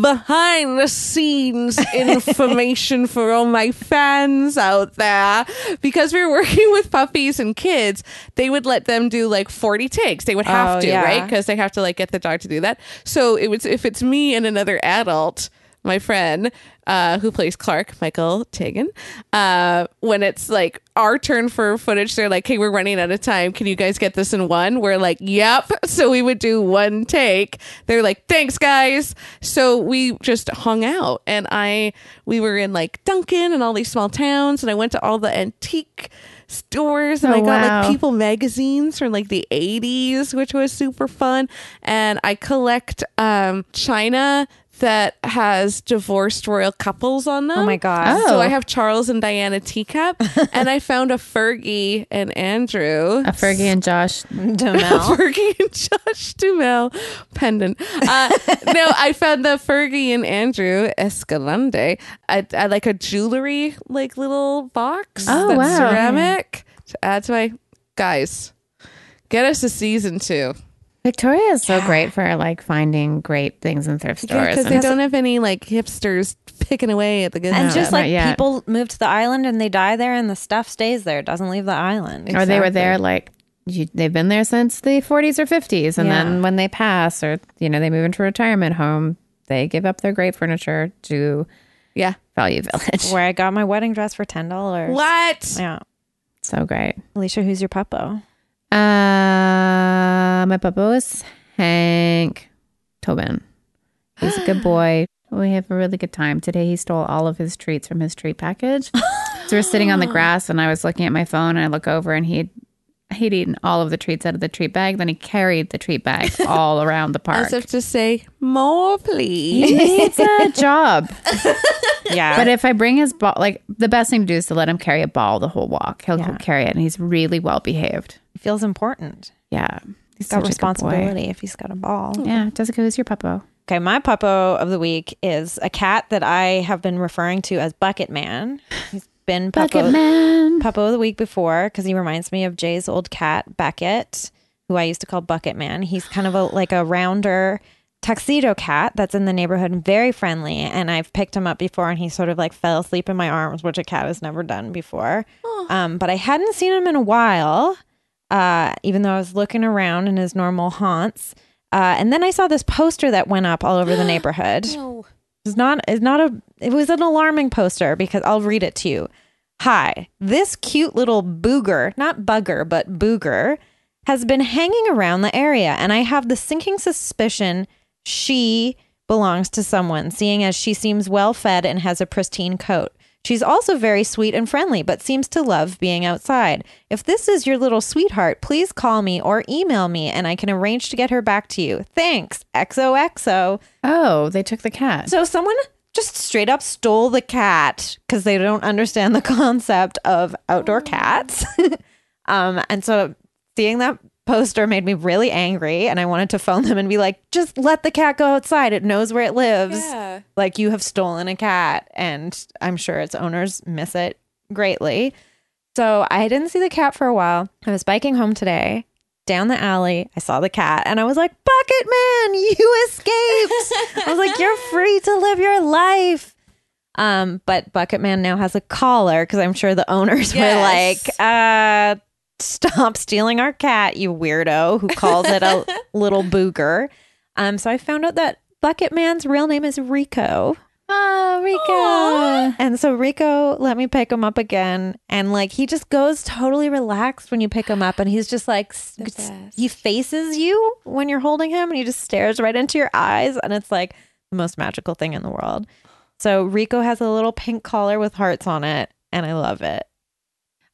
Speaker 4: behind the scenes information for all my fans out there because we were working with puppies and kids they would let them do like 40 takes they would have
Speaker 2: Oh,
Speaker 4: to
Speaker 2: yeah.
Speaker 4: right because they have to like get the dog to do that. So it was if it's me and another adult, my friend uh, who plays Clark, Michael Tegan, uh, when it's like our turn for footage, they're like, "Hey, we're running out of time. Can you guys get this in one?" We're like, "Yep." So we would do one take. They're like, "Thanks, guys." So we just hung out, and I we were in like Duncan and all these small towns, and I went to all the antique stores, and
Speaker 1: Oh,
Speaker 4: I got
Speaker 1: wow.
Speaker 4: like people people magazines from like the 80s which was super fun and i collect um china that has divorced royal couples on them
Speaker 2: Oh my gosh.
Speaker 4: so
Speaker 1: Oh.
Speaker 4: i have charles and diana teacup and i found a fergie and andrew
Speaker 1: A Fergie and Josh.
Speaker 2: Dumel.
Speaker 4: Fergie and Josh Dumel pendant. Uh, no, I found the Fergie and Andrew Escalante at, at like a jewelry like little box.
Speaker 1: Oh,
Speaker 4: that's
Speaker 1: wow.
Speaker 4: ceramic to add to my guys. Get us a season two
Speaker 1: Victoria is so great for like finding great things in thrift stores.
Speaker 4: because they
Speaker 1: and-
Speaker 4: don't have any like hipsters picking away at the good.
Speaker 2: And just
Speaker 1: not
Speaker 2: like
Speaker 1: yet.
Speaker 2: people move to the island and they die there and the stuff stays there. It doesn't leave the island.
Speaker 1: or they were there like you, they've been there since the 40s or 50s, and
Speaker 2: Yeah.
Speaker 1: then when they pass or you know they move into a retirement home, they give up their great furniture to
Speaker 4: yeah,
Speaker 1: Value Village.
Speaker 2: Where I got my wedding dress for $10.
Speaker 4: what?
Speaker 2: Yeah.
Speaker 1: So great.
Speaker 2: Alicia, who's your puppo?
Speaker 1: Uh, my papa is Hank Tobin. He's a good boy. We have a really good time. Today he stole all of his treats from his treat package. so we're sitting on the grass and I was looking at my phone and I look over and he'd he'd eaten all of the treats out of the treat bag. Then he carried the treat bag all around the park.
Speaker 4: As if to say more, please.
Speaker 1: It's a job.
Speaker 2: Yeah.
Speaker 1: But if I bring his ball, like the best thing to do is to let him carry a ball the whole walk. He'll carry it and he's really well behaved.
Speaker 2: it feels important.
Speaker 1: Yeah. He's
Speaker 2: Got
Speaker 1: such a good boy.
Speaker 2: responsibility if he's got a ball.
Speaker 1: Yeah, Jessica, who's your puppo?
Speaker 2: Okay, my puppo of the week is a cat that I have been referring to as Bucket Man. He's been puppo,
Speaker 1: Bucket man.
Speaker 2: puppo of the week before because he reminds me of Jay's old cat Beckett, who I used to call Bucket Man. He's kind of a like a rounder tuxedo cat that's in the neighborhood and very friendly. And I've picked him up before, and he sort of like fell asleep in my arms, which a cat has never done before. Um, but I hadn't seen him in a while uh, even though I was looking around in his normal haunts. Uh, and then I saw this poster that went up all over the neighborhood. It's not it's not a it was an alarming poster because I'll read it to you. Hi, this cute little booger, not bugger, but booger, has been hanging around the area and I have the sinking suspicion she belongs to someone, seeing as she seems well fed and has a pristine coat. She's also very sweet and friendly, but seems to love being outside. If this is your little sweetheart, please call me or email me and I can arrange to get her back to you. Thanks. XOXO.
Speaker 1: Oh, they took the cat.
Speaker 2: So someone just straight up stole the cat because they don't understand the concept of outdoor cats. um, and so seeing that poster made me really angry, and I wanted to phone them and be like, "Just let the cat go outside. It knows where it lives.
Speaker 4: Yeah.
Speaker 2: Like you have stolen a cat, and I'm sure its owners miss it greatly." So I didn't see the cat for a while. I was biking home today. Down the alley, I saw the cat and I was like, Bucket Man, you escaped. I was like, you're free to live your life. Um, but Bucket Man now has a collar because I'm sure the owners
Speaker 4: Yes.
Speaker 2: were like, uh, stop stealing our cat, you weirdo who calls it a little booger. Um, so I found out that Bucket Man's real name is Rico.
Speaker 1: Oh, Rico.
Speaker 2: And so Rico let me pick him up again. And like he just goes totally relaxed when you pick him up. And he's just like, s- s- he faces you when you're holding him and he just stares right into your eyes. And it's like the most magical thing in the world. So Rico has a little pink collar with hearts on it. And I love it.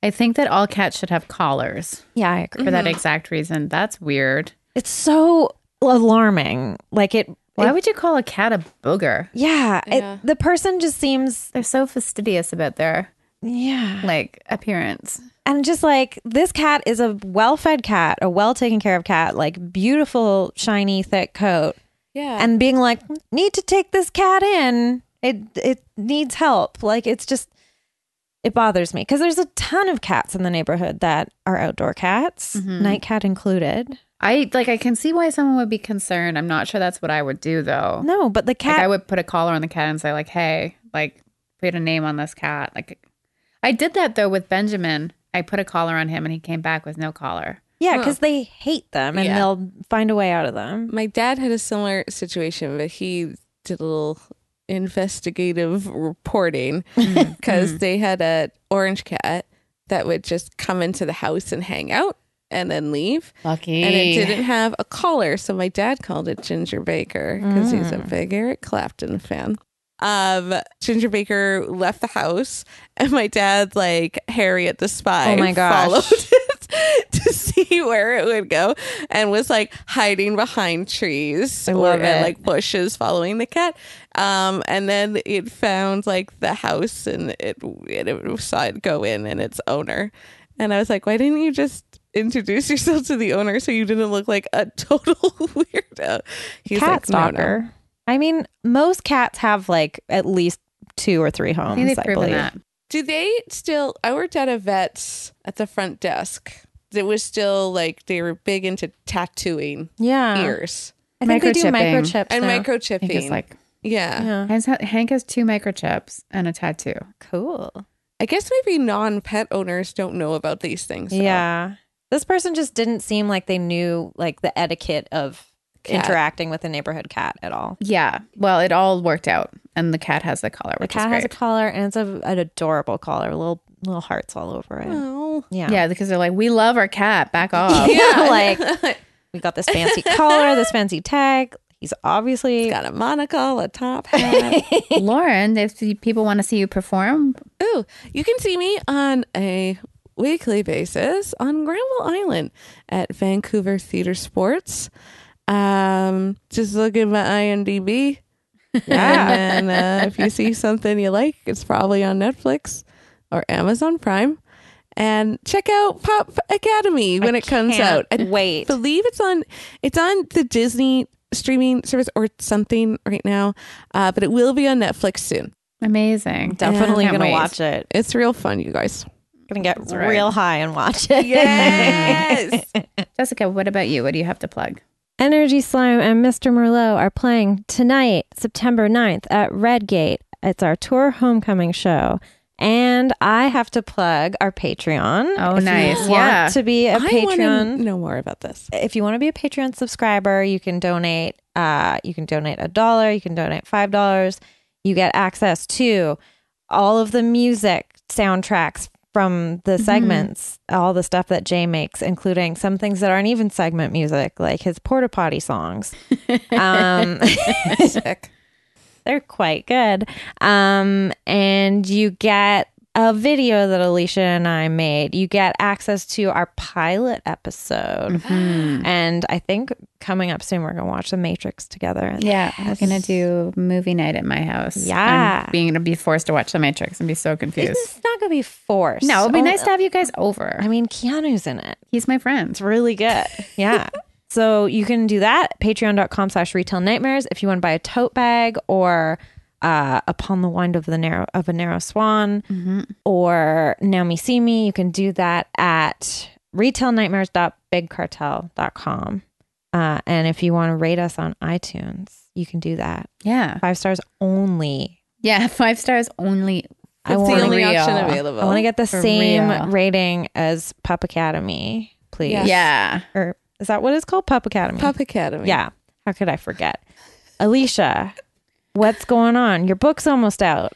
Speaker 1: I think that all cats should have collars Mm-hmm.
Speaker 2: Yeah, I agree.
Speaker 1: for that exact reason. That's weird.
Speaker 2: Mm-hmm. It's so alarming. Like it,
Speaker 1: Why would you call a cat a booger?
Speaker 2: yeah, It, the person just seems,
Speaker 1: They're so fastidious about their
Speaker 2: yeah.
Speaker 1: like appearance.
Speaker 2: and just like this cat is a well-fed cat, a well-taken care of cat, like beautiful, shiny, thick coat,
Speaker 4: Yeah.
Speaker 2: and being like, need to take this cat in. It it needs help. Like it's just, it bothers me because there's a ton of cats in the neighborhood that are outdoor cats,
Speaker 1: Mm-hmm.
Speaker 2: night cat included.
Speaker 1: I like I can see why someone would be concerned. I'm not sure that's what I would do though.
Speaker 2: No, but the
Speaker 1: Like I
Speaker 2: cat,
Speaker 1: would put a collar on the cat and say like, "Hey, like put a name on this cat." Like I did that though with Benjamin. I put a collar on him and he came back with no collar.
Speaker 2: Yeah, 'cause yeah, because they hate them and
Speaker 4: Yeah.
Speaker 2: they'll find a way out of them.
Speaker 4: My dad had a similar situation, but he did a little investigative reporting
Speaker 2: Mm.
Speaker 4: because they had a orange cat that would just come into the house and hang out and then leave.
Speaker 1: Lucky.
Speaker 4: And it didn't have a collar, so my dad called it Ginger Baker because he's
Speaker 2: Mm.
Speaker 4: a big Eric Clapton fan. Um, Ginger Baker left the house, and my dad, like Harry at the spy,
Speaker 2: Oh my gosh.
Speaker 4: followed it to see where it would go, and was like hiding behind trees
Speaker 2: I love
Speaker 4: or at,
Speaker 2: it.
Speaker 4: like bushes, following the cat. Um, and then it found like the house, and it it, it saw it go in and its owner, and I was like, why didn't you just introduce yourself to the owner so you didn't look like a total weirdo? He's
Speaker 2: cat
Speaker 4: "No, no."
Speaker 2: stalker. I mean, most cats have like at least two or three
Speaker 1: I
Speaker 2: homes. I,
Speaker 1: think they've proven
Speaker 2: believe.
Speaker 1: that.
Speaker 4: Do they still? I worked at a vet's at the front desk. It was still like they were big into tattooing
Speaker 2: Yeah,
Speaker 4: ears
Speaker 2: I think they do
Speaker 1: Microchipping.
Speaker 2: microchips
Speaker 4: and
Speaker 2: now.
Speaker 1: I think
Speaker 4: microchipping.
Speaker 1: it's like
Speaker 4: yeah.
Speaker 2: yeah,
Speaker 1: Hank has- Hank has two microchips and a tattoo.
Speaker 2: cool.
Speaker 4: I guess maybe non-pet owners don't know about these things. though.
Speaker 2: Yeah, this person just didn't seem like they knew like the etiquette of
Speaker 4: Cat.
Speaker 2: interacting with a neighborhood cat at all.
Speaker 1: Yeah. Well, it all worked out, and the cat has the collar,
Speaker 2: The
Speaker 1: which is
Speaker 2: cat
Speaker 1: great.
Speaker 2: has a collar and it's a, an adorable collar, little little hearts all over it.
Speaker 4: Oh.
Speaker 2: Yeah,
Speaker 1: yeah. because they're like, we love our cat. Back off.
Speaker 2: yeah. like we got this fancy collar, this fancy tag. He's obviously
Speaker 4: Got a monocle, a top hat.
Speaker 1: Lauren, if you- people want to see you perform,
Speaker 4: Ooh, you can see me on a weekly basis on Granville Island at Vancouver Theater Sports. Um, just look at my IMDb. Yeah. and uh, if you see something you like, it's probably on Netflix or Amazon Prime. And check out Pop Academy when it comes out. I
Speaker 2: wait.
Speaker 4: believe it's on it's on the Disney streaming service or something right now, uh, but it will be on Netflix soon.
Speaker 1: amazing.
Speaker 2: definitely
Speaker 1: Can't
Speaker 2: gonna
Speaker 1: wait.
Speaker 2: watch it.
Speaker 4: It's real fun, you guys.
Speaker 2: Gonna get
Speaker 1: right.
Speaker 2: real high and watch it.
Speaker 4: Yes.
Speaker 1: Jessica, what about you? What do you have to plug?
Speaker 2: Energy Slime and Mr. Merlot are playing tonight, September 9th at Redgate. It's our tour homecoming show. And I have to plug our Patreon.
Speaker 1: Oh,
Speaker 2: If you
Speaker 1: nice.
Speaker 2: want
Speaker 1: Yeah.
Speaker 2: To be a
Speaker 4: I want to
Speaker 2: Patreon.
Speaker 4: know more about this.
Speaker 2: If you want to be a Patreon subscriber, you can donate. Uh, you can donate a dollar. You can donate five dollars. You get access to all of the music soundtracks from the segments, all the stuff that Jay makes, including some things that aren't even segment music, like his porta potty songs. Um, they're quite good. Um, and you get a video that Alicia and I made. You get access to our pilot episode.
Speaker 1: Mm-hmm.
Speaker 2: And I think coming up soon, we're going to watch The Matrix together.
Speaker 1: Yeah, we're gonna do movie night at my house.
Speaker 2: Yeah.
Speaker 1: I'm being gonna be forced to watch The Matrix and be so confused.
Speaker 2: It's not going to be forced.
Speaker 1: no, it'd be
Speaker 2: Oh,
Speaker 1: nice to have you guys over.
Speaker 2: I mean, Keanu's in it.
Speaker 1: He's my friend.
Speaker 2: It's really good. Yeah. so you can do that. Patreon.com slash retail nightmares. If you want to buy a tote bag or uh, upon the wind of the narrow of a narrow swan
Speaker 1: Mm-hmm.
Speaker 2: or now me see me, you can do that at retailnightmares.bigcartel.com. Uh, and if you want to rate us on iTunes, you can do that.
Speaker 1: Yeah,
Speaker 2: Five stars only.
Speaker 1: yeah. Five stars only.
Speaker 2: I
Speaker 4: It's
Speaker 2: want
Speaker 4: the
Speaker 2: to
Speaker 4: only
Speaker 1: real.
Speaker 4: option
Speaker 2: I want to
Speaker 4: available.
Speaker 2: get the
Speaker 1: For
Speaker 2: same
Speaker 1: real.
Speaker 2: rating as Pup Academy, please.
Speaker 4: Yes.
Speaker 1: Yeah,
Speaker 2: Or is that what it's called? Pup Academy.
Speaker 4: Pup Academy.
Speaker 2: Yeah. How could I forget? Alicia, what's going on? Your book's almost out.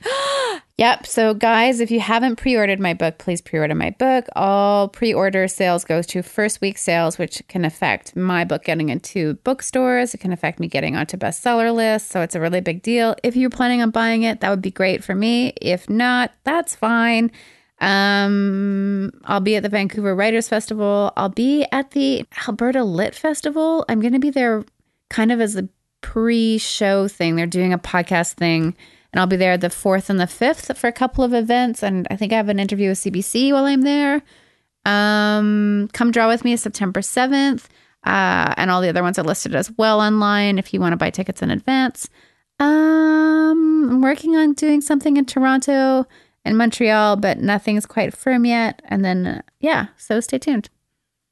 Speaker 1: yep. So, guys, if you haven't pre-ordered my book, please pre-order my book. All pre-order sales goes to first week sales, which can affect my book getting into bookstores. It can affect me getting onto bestseller lists. So it's a really big deal. If you're planning on buying it, that would be great for me. If not, that's fine. Um, I'll be at the Vancouver Writers Festival. I'll be at the Alberta Lit Festival. I'm going to be there kind of as a pre-show thing. They're doing a podcast thing, and I'll be there the fourth and the fifth for a couple of events. And I think I have an interview with CBC while I'm there. Um, come draw with me September seventh, uh, and all the other ones are listed as well online if you want to buy tickets in advance. Um, I'm working on doing something in Toronto and Montreal, but nothing's quite firm yet. And then, uh, yeah, so stay tuned.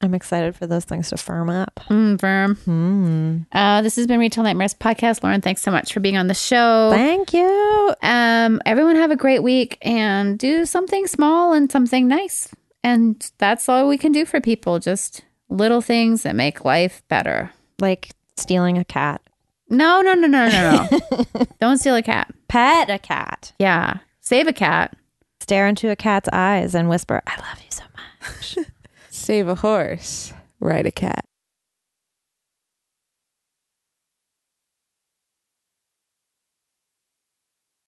Speaker 2: I'm excited for those things to firm up.
Speaker 1: Mm, firm. Uh, this has been Retail Nightmares Podcast. Lauren, thanks so much for being on the show.
Speaker 2: Thank you.
Speaker 1: Um, everyone have a great week and do something small and something nice. And that's all we can do for people. Just little things that make life better.
Speaker 2: Like stealing a cat.
Speaker 1: No, no, no, no, no, no. Don't steal a cat.
Speaker 2: Pet a cat.
Speaker 1: Yeah. Save a cat.
Speaker 2: Stare into a cat's eyes and whisper, I love you so much.
Speaker 4: Save a horse, ride a cat.